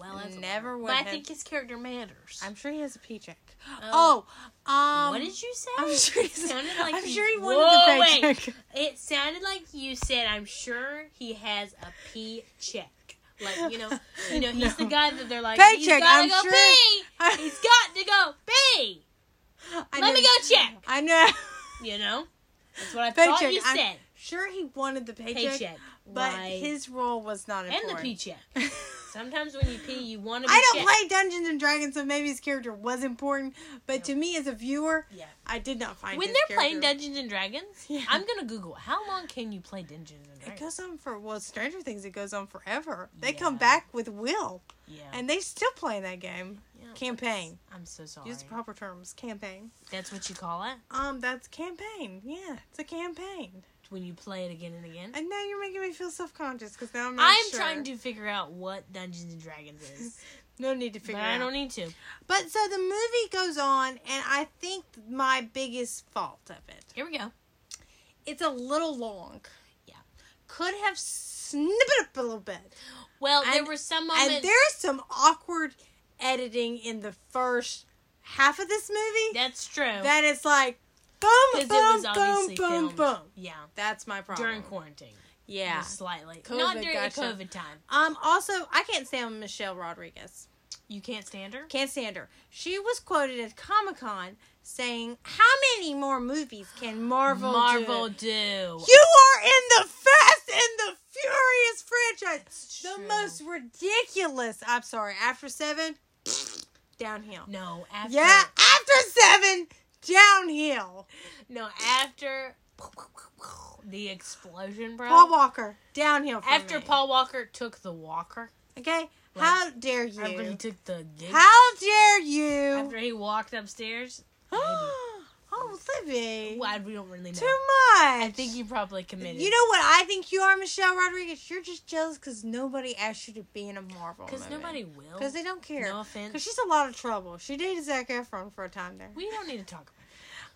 S1: well, that's a
S2: never
S1: lot.
S2: would
S1: But I
S2: have-
S1: think his character matters.
S2: I'm sure he has a paycheck.
S1: Oh.
S2: Oh, um,
S1: what did you say?
S2: I'm sure
S1: it
S2: he's-
S1: sounded like
S2: I'm
S1: he,
S2: sure he wanted
S1: Whoa,
S2: the
S1: wait.
S2: paycheck.
S1: It sounded like you said, "I'm sure he has a pee check." Like you
S2: (laughs)
S1: know, you know, he's the
S2: No.
S1: guy that they're like, he's
S2: Paycheck,
S1: gotta
S2: I'm
S1: go
S2: sure-
S1: pee. He's got to go pee.
S2: (laughs) I
S1: Let
S2: know-
S1: me go check.
S2: I know.
S1: You know, that's what I thought
S2: Paycheck,
S1: you
S2: I'm-
S1: said.
S2: Sure, he wanted the paycheck,
S1: Paycheck,
S2: but
S1: Right.
S2: his role was not
S1: and
S2: important.
S1: the pee check.
S2: (laughs)
S1: Sometimes when you pee, you want to. Be
S2: I don't
S1: checked.
S2: play Dungeons and Dragons, so maybe his character was important. But to me, as a viewer,
S1: Yeah.
S2: I did not find
S1: When
S2: his
S1: they're playing
S2: character-
S1: Dungeons and Dragons,
S2: Yeah.
S1: I'm gonna Google how long can you play Dungeons and
S2: It
S1: Dragons.
S2: goes on for well, Stranger Things. It goes on forever. They
S1: Yeah.
S2: come back with Will,
S1: yeah,
S2: and they still play that game.
S1: Yeah,
S2: Campaign.
S1: I'm so sorry.
S2: Use the proper terms. Campaign.
S1: That's what you call it
S2: Um, that's campaign. Yeah, it's a campaign.
S1: when you play it again and again.
S2: And now you're making me feel self conscious because now I'm. Not
S1: I'm
S2: sure.
S1: trying to figure out what Dungeons and Dragons
S2: (laughs)
S1: is,
S2: No need to
S1: but
S2: figure. it
S1: I
S2: out.
S1: don't need to.
S2: But so the movie goes on, and I think my biggest fault of it,
S1: Here we go.
S2: it's a little long.
S1: Yeah.
S2: Could have snipped it up a little bit.
S1: Well, there
S2: And-
S1: were some moments.
S2: And there's some awkward editing in the first half of this movie
S1: that's true.
S2: that it's like boom,
S1: 'Cause
S2: boom,
S1: it was
S2: boom,
S1: obviously
S2: boom,
S1: filmed.
S2: boom.
S1: yeah,
S2: That's my problem.
S1: during quarantine.
S2: Yeah.
S1: Just slightly.
S2: COVID,
S1: Not during
S2: gotcha.
S1: the COVID time.
S2: Um. Also, I can't stand Michelle Rodriguez.
S1: You can't stand her?
S2: Can't stand her. She was quoted at Comic Con saying, "How many more movies can Marvel
S1: Marvel
S2: do?
S1: do.
S2: You are in the Fast and the Furious franchise.
S1: It's
S2: the
S1: true.
S2: most ridiculous. I'm sorry. After seven, (sniffs) downhill.
S1: No, after
S2: Yeah, after seven, downhill.
S1: no, after the explosion, bro.
S2: Paul Walker, downhill. For
S1: after
S2: me.
S1: Paul Walker took the walker.
S2: Okay.
S1: Like,
S2: How dare you?
S1: After he took the gig.
S2: How dare you? (gasps)
S1: After he walked upstairs.
S2: oh, Libby.
S1: Well, we don't really know.
S2: Too much.
S1: I think you probably committed.
S2: You know what I think you are, Michelle Rodriguez? You're just jealous because nobody asked you to be in a Marvel
S1: because
S2: movie.
S1: nobody will.
S2: Because they don't care.
S1: No offense.
S2: Because she's a lot of trouble. She dated Zac Efron for a time there.
S1: we don't need to talk.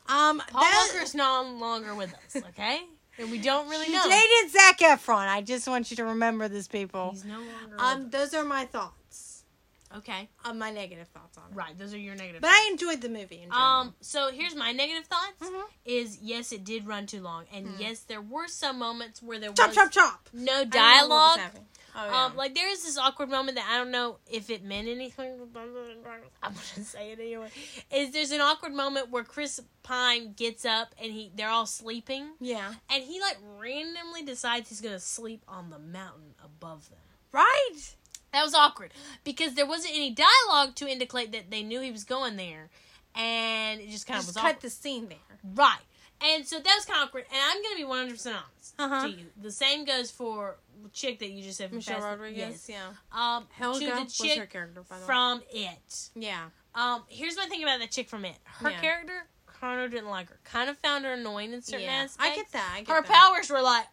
S1: about
S2: Um,
S1: it. Paul
S2: that-
S1: Walker's no longer with (laughs) us, okay? and we don't really
S2: she
S1: know.
S2: dated Zac Efron. I just want you to remember this, people.
S1: He's no longer.
S2: Um, those are my thoughts.
S1: with us. Okay,
S2: Uh, my negative thoughts on it.
S1: right. Those are your negative.
S2: But I enjoyed the movie. In general.
S1: Um, Mm-hmm. so here's my negative thoughts
S2: Mhm.
S1: is yes, it did run too long, and yes, there were some moments where there
S2: chop,
S1: was
S2: chop, chop.
S1: no
S2: I don't know what was
S1: dialogue.
S2: happening. Oh, yeah.
S1: Um, like there is this awkward moment that I don't know if it meant anything. I'm gonna (laughs) say it anyway. Is there's an awkward moment where Chris Pine gets up and he they're all sleeping,
S2: yeah.
S1: and he like randomly decides he's gonna sleep on the mountain above them.
S2: Right?
S1: That was awkward because there wasn't any dialogue to indicate that they knew he was going there, and it just kind of
S2: Just
S1: was
S2: cut
S1: awkward.
S2: the scene there.
S1: Right. And so that was kind of awkward. And I'm going to be 100% honest
S2: Uh-huh.
S1: to you. The same goes for the chick that you just said from
S2: Michelle
S1: Fast-
S2: Rodriguez.
S1: Yes.
S2: Yeah.
S1: Um,
S2: Helga
S1: to the
S2: was her
S1: chick
S2: character, by the way.
S1: from It.
S2: Yeah.
S1: Um, here's my thing about that chick from It. Her
S2: Yeah.
S1: character, Connor didn't like her. Kind of found her annoying in certain
S2: yeah.
S1: aspects.
S2: I get that. I get
S1: Her
S2: that.
S1: powers were like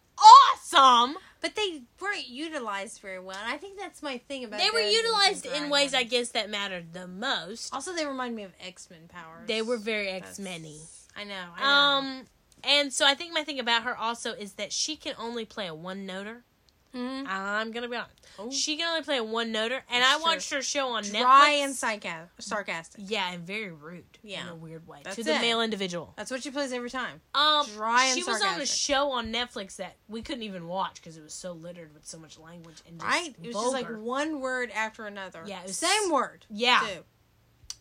S1: awesome.
S2: But they weren't utilized very well. And I think that's my thing about
S1: they were
S2: those
S1: utilized
S2: Invincible
S1: in ways I
S2: Iron Man.
S1: guess that mattered the most.
S2: Also, they remind me of X Men powers.
S1: They were very X
S2: That's-
S1: Men
S2: I know. I know.
S1: Um, and so I think my thing about her also is that she can only play a one noter.
S2: Mhm.
S1: I'm gonna be honest.
S2: Oh.
S1: She can only play a one noter, and I
S2: That's true.
S1: watched her show on
S2: dry
S1: Netflix.
S2: and psycha- sarcastic.
S1: yeah, and very rude. in
S2: Yeah.
S1: a weird way
S2: That's
S1: to the
S2: it.
S1: male individual.
S2: That's what she plays every time.
S1: Um,
S2: Dry and
S1: she was on a
S2: sarcastic.
S1: show on Netflix that we couldn't even watch because it was so littered with so much language and just
S2: Right? It was just
S1: vulgar.
S2: like one word after another.
S1: Yeah, it was-
S2: same word.
S1: yeah.
S2: too.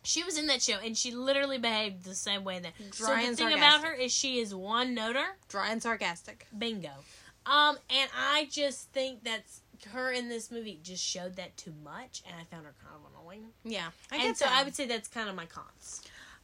S1: She was in that show, and she literally behaved the same way that. so the
S2: Dry
S1: thing
S2: and
S1: about her is she is one noter.
S2: Dry and sarcastic.
S1: Bingo. Um, and I just think that's her in this movie just showed that too much, and I found her kind of annoying.
S2: Yeah, I
S1: and
S2: get
S1: so
S2: that.
S1: I would say that's kind of my cons.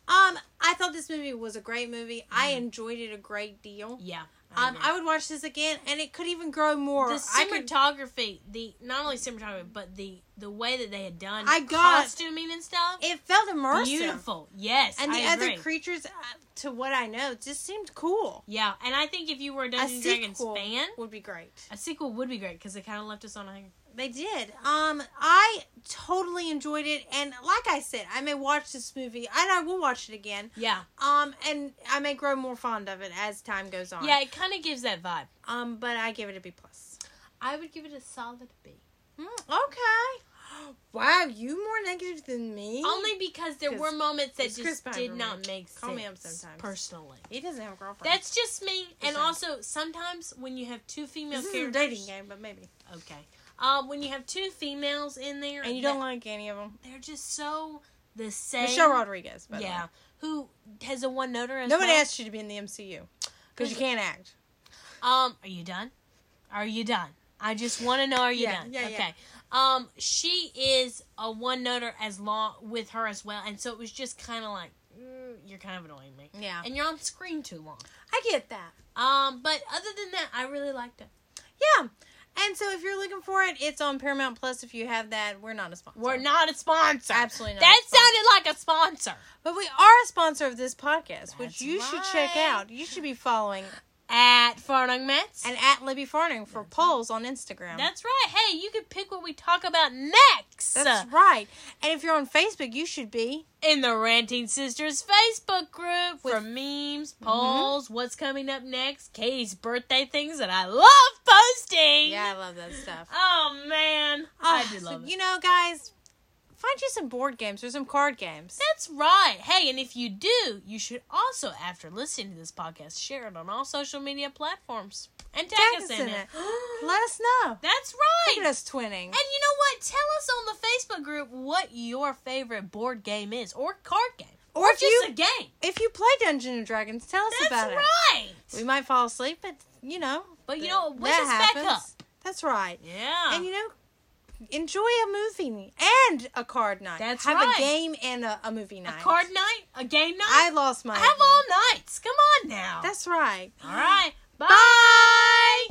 S2: Um, I thought this movie was a great movie. I enjoyed it a great deal.
S1: Mm-hmm. Yeah.
S2: Um,
S1: agree.
S2: I would watch this again, and it could even grow more.
S1: the
S2: I could
S1: cinematography, the not only cinematography, but the the way that they had done
S2: I got-
S1: costuming and stuff,
S2: It felt immersive.
S1: beautiful. Yes,
S2: And the
S1: I
S2: other
S1: agree.
S2: creatures, uh, to what I know, just seemed cool.
S1: yeah, and I think if you were a
S2: A
S1: Dungeons and Dragons
S2: sequel
S1: fan,
S2: would be great.
S1: a sequel would be great because they kind of left us on a hanger.
S2: They did. Um, I totally enjoyed it, and like I said, I may watch this movie, and I will watch it again.
S1: Yeah,
S2: Um, and I may grow more fond of it as time goes on.
S1: yeah, it kind of gives that vibe.
S2: Um, but I give it a B plus.
S1: I would give it a solid B,
S2: Mm, okay. (gasps) Wow, you more negative than me.
S1: only because there
S2: 'Cause
S1: were moments that
S2: it's Chris
S1: just
S2: Pine
S1: did
S2: for me.
S1: not make sense.
S2: Call me up sometimes.
S1: personally.
S2: he doesn't have a girlfriend.
S1: That's just me, and
S2: Listen.
S1: also sometimes when you have two female
S2: this is a
S1: characters,
S2: dating game, but maybe.
S1: okay, um, when you have two females in there,
S2: And you
S1: that-
S2: don't like any of them.
S1: they're just so the same.
S2: Michelle Rodriguez, by the
S1: yeah,
S2: way.
S1: who has a one noter as
S2: Nobody
S1: well.
S2: asked you to be in the MCU because you can't act.
S1: Um, are you done? Are you done? I just want to know. Are you
S2: Yeah,
S1: done?
S2: yeah, yeah.
S1: okay. Um, she is a one noter as long with her as well, and so it was just kind of like mm, you're kind of annoying me,
S2: Yeah,
S1: and you're on screen too long.
S2: I get that.
S1: Um, but other than that, I really liked it.
S2: Yeah, and so if you're looking for it, it's on Paramount Plus. If you have that, we're not a sponsor.
S1: We're not a sponsor.
S2: Absolutely not
S1: That
S2: a sponsor.
S1: sounded like a sponsor.
S2: but we are a sponsor of this podcast,
S1: That's
S2: which you should check
S1: right.
S2: out. You should be following
S1: At Farnung Mets.
S2: and um, at Libby Farning for polls on Instagram.
S1: That's right. Hey, you can pick what we talk about next.
S2: That's right. And if you're on Facebook, you should be.
S1: in the Ranting Sisters Facebook group for
S2: With- Mm-hmm.
S1: memes, polls, what's coming up next, Katie's birthday things that I love posting.
S2: I love that stuff.
S1: Oh man, I do love
S2: Ah, so,
S1: it.
S2: You know, guys, Find you some board games or some card games.
S1: That's right. Hey, and if you do, you should also, after listening to this podcast, share it on all social media platforms and tag, us in, it.
S2: (gasps) Let us know.
S1: That's
S2: Look at
S1: right.
S2: us twinning.
S1: And you know what? Tell us on the Facebook group what your favorite board game is, or card game,
S2: Or
S1: or,
S2: if
S1: just
S2: you-
S1: a game.
S2: If you play Dungeons and Dragons, tell us
S1: That's
S2: about
S1: right.
S2: it. We might fall asleep, but you know.
S1: But you
S2: th-
S1: know, wake us back up.
S2: That's right.
S1: Yeah.
S2: And you know, enjoy a movie and a card night.
S1: That's
S2: Have
S1: right.
S2: a game and a, a movie
S1: a
S2: night.
S1: card night, a game night.
S2: I lost my.
S1: Have all nights. Come on now.
S2: That's right.
S1: all right. Bye.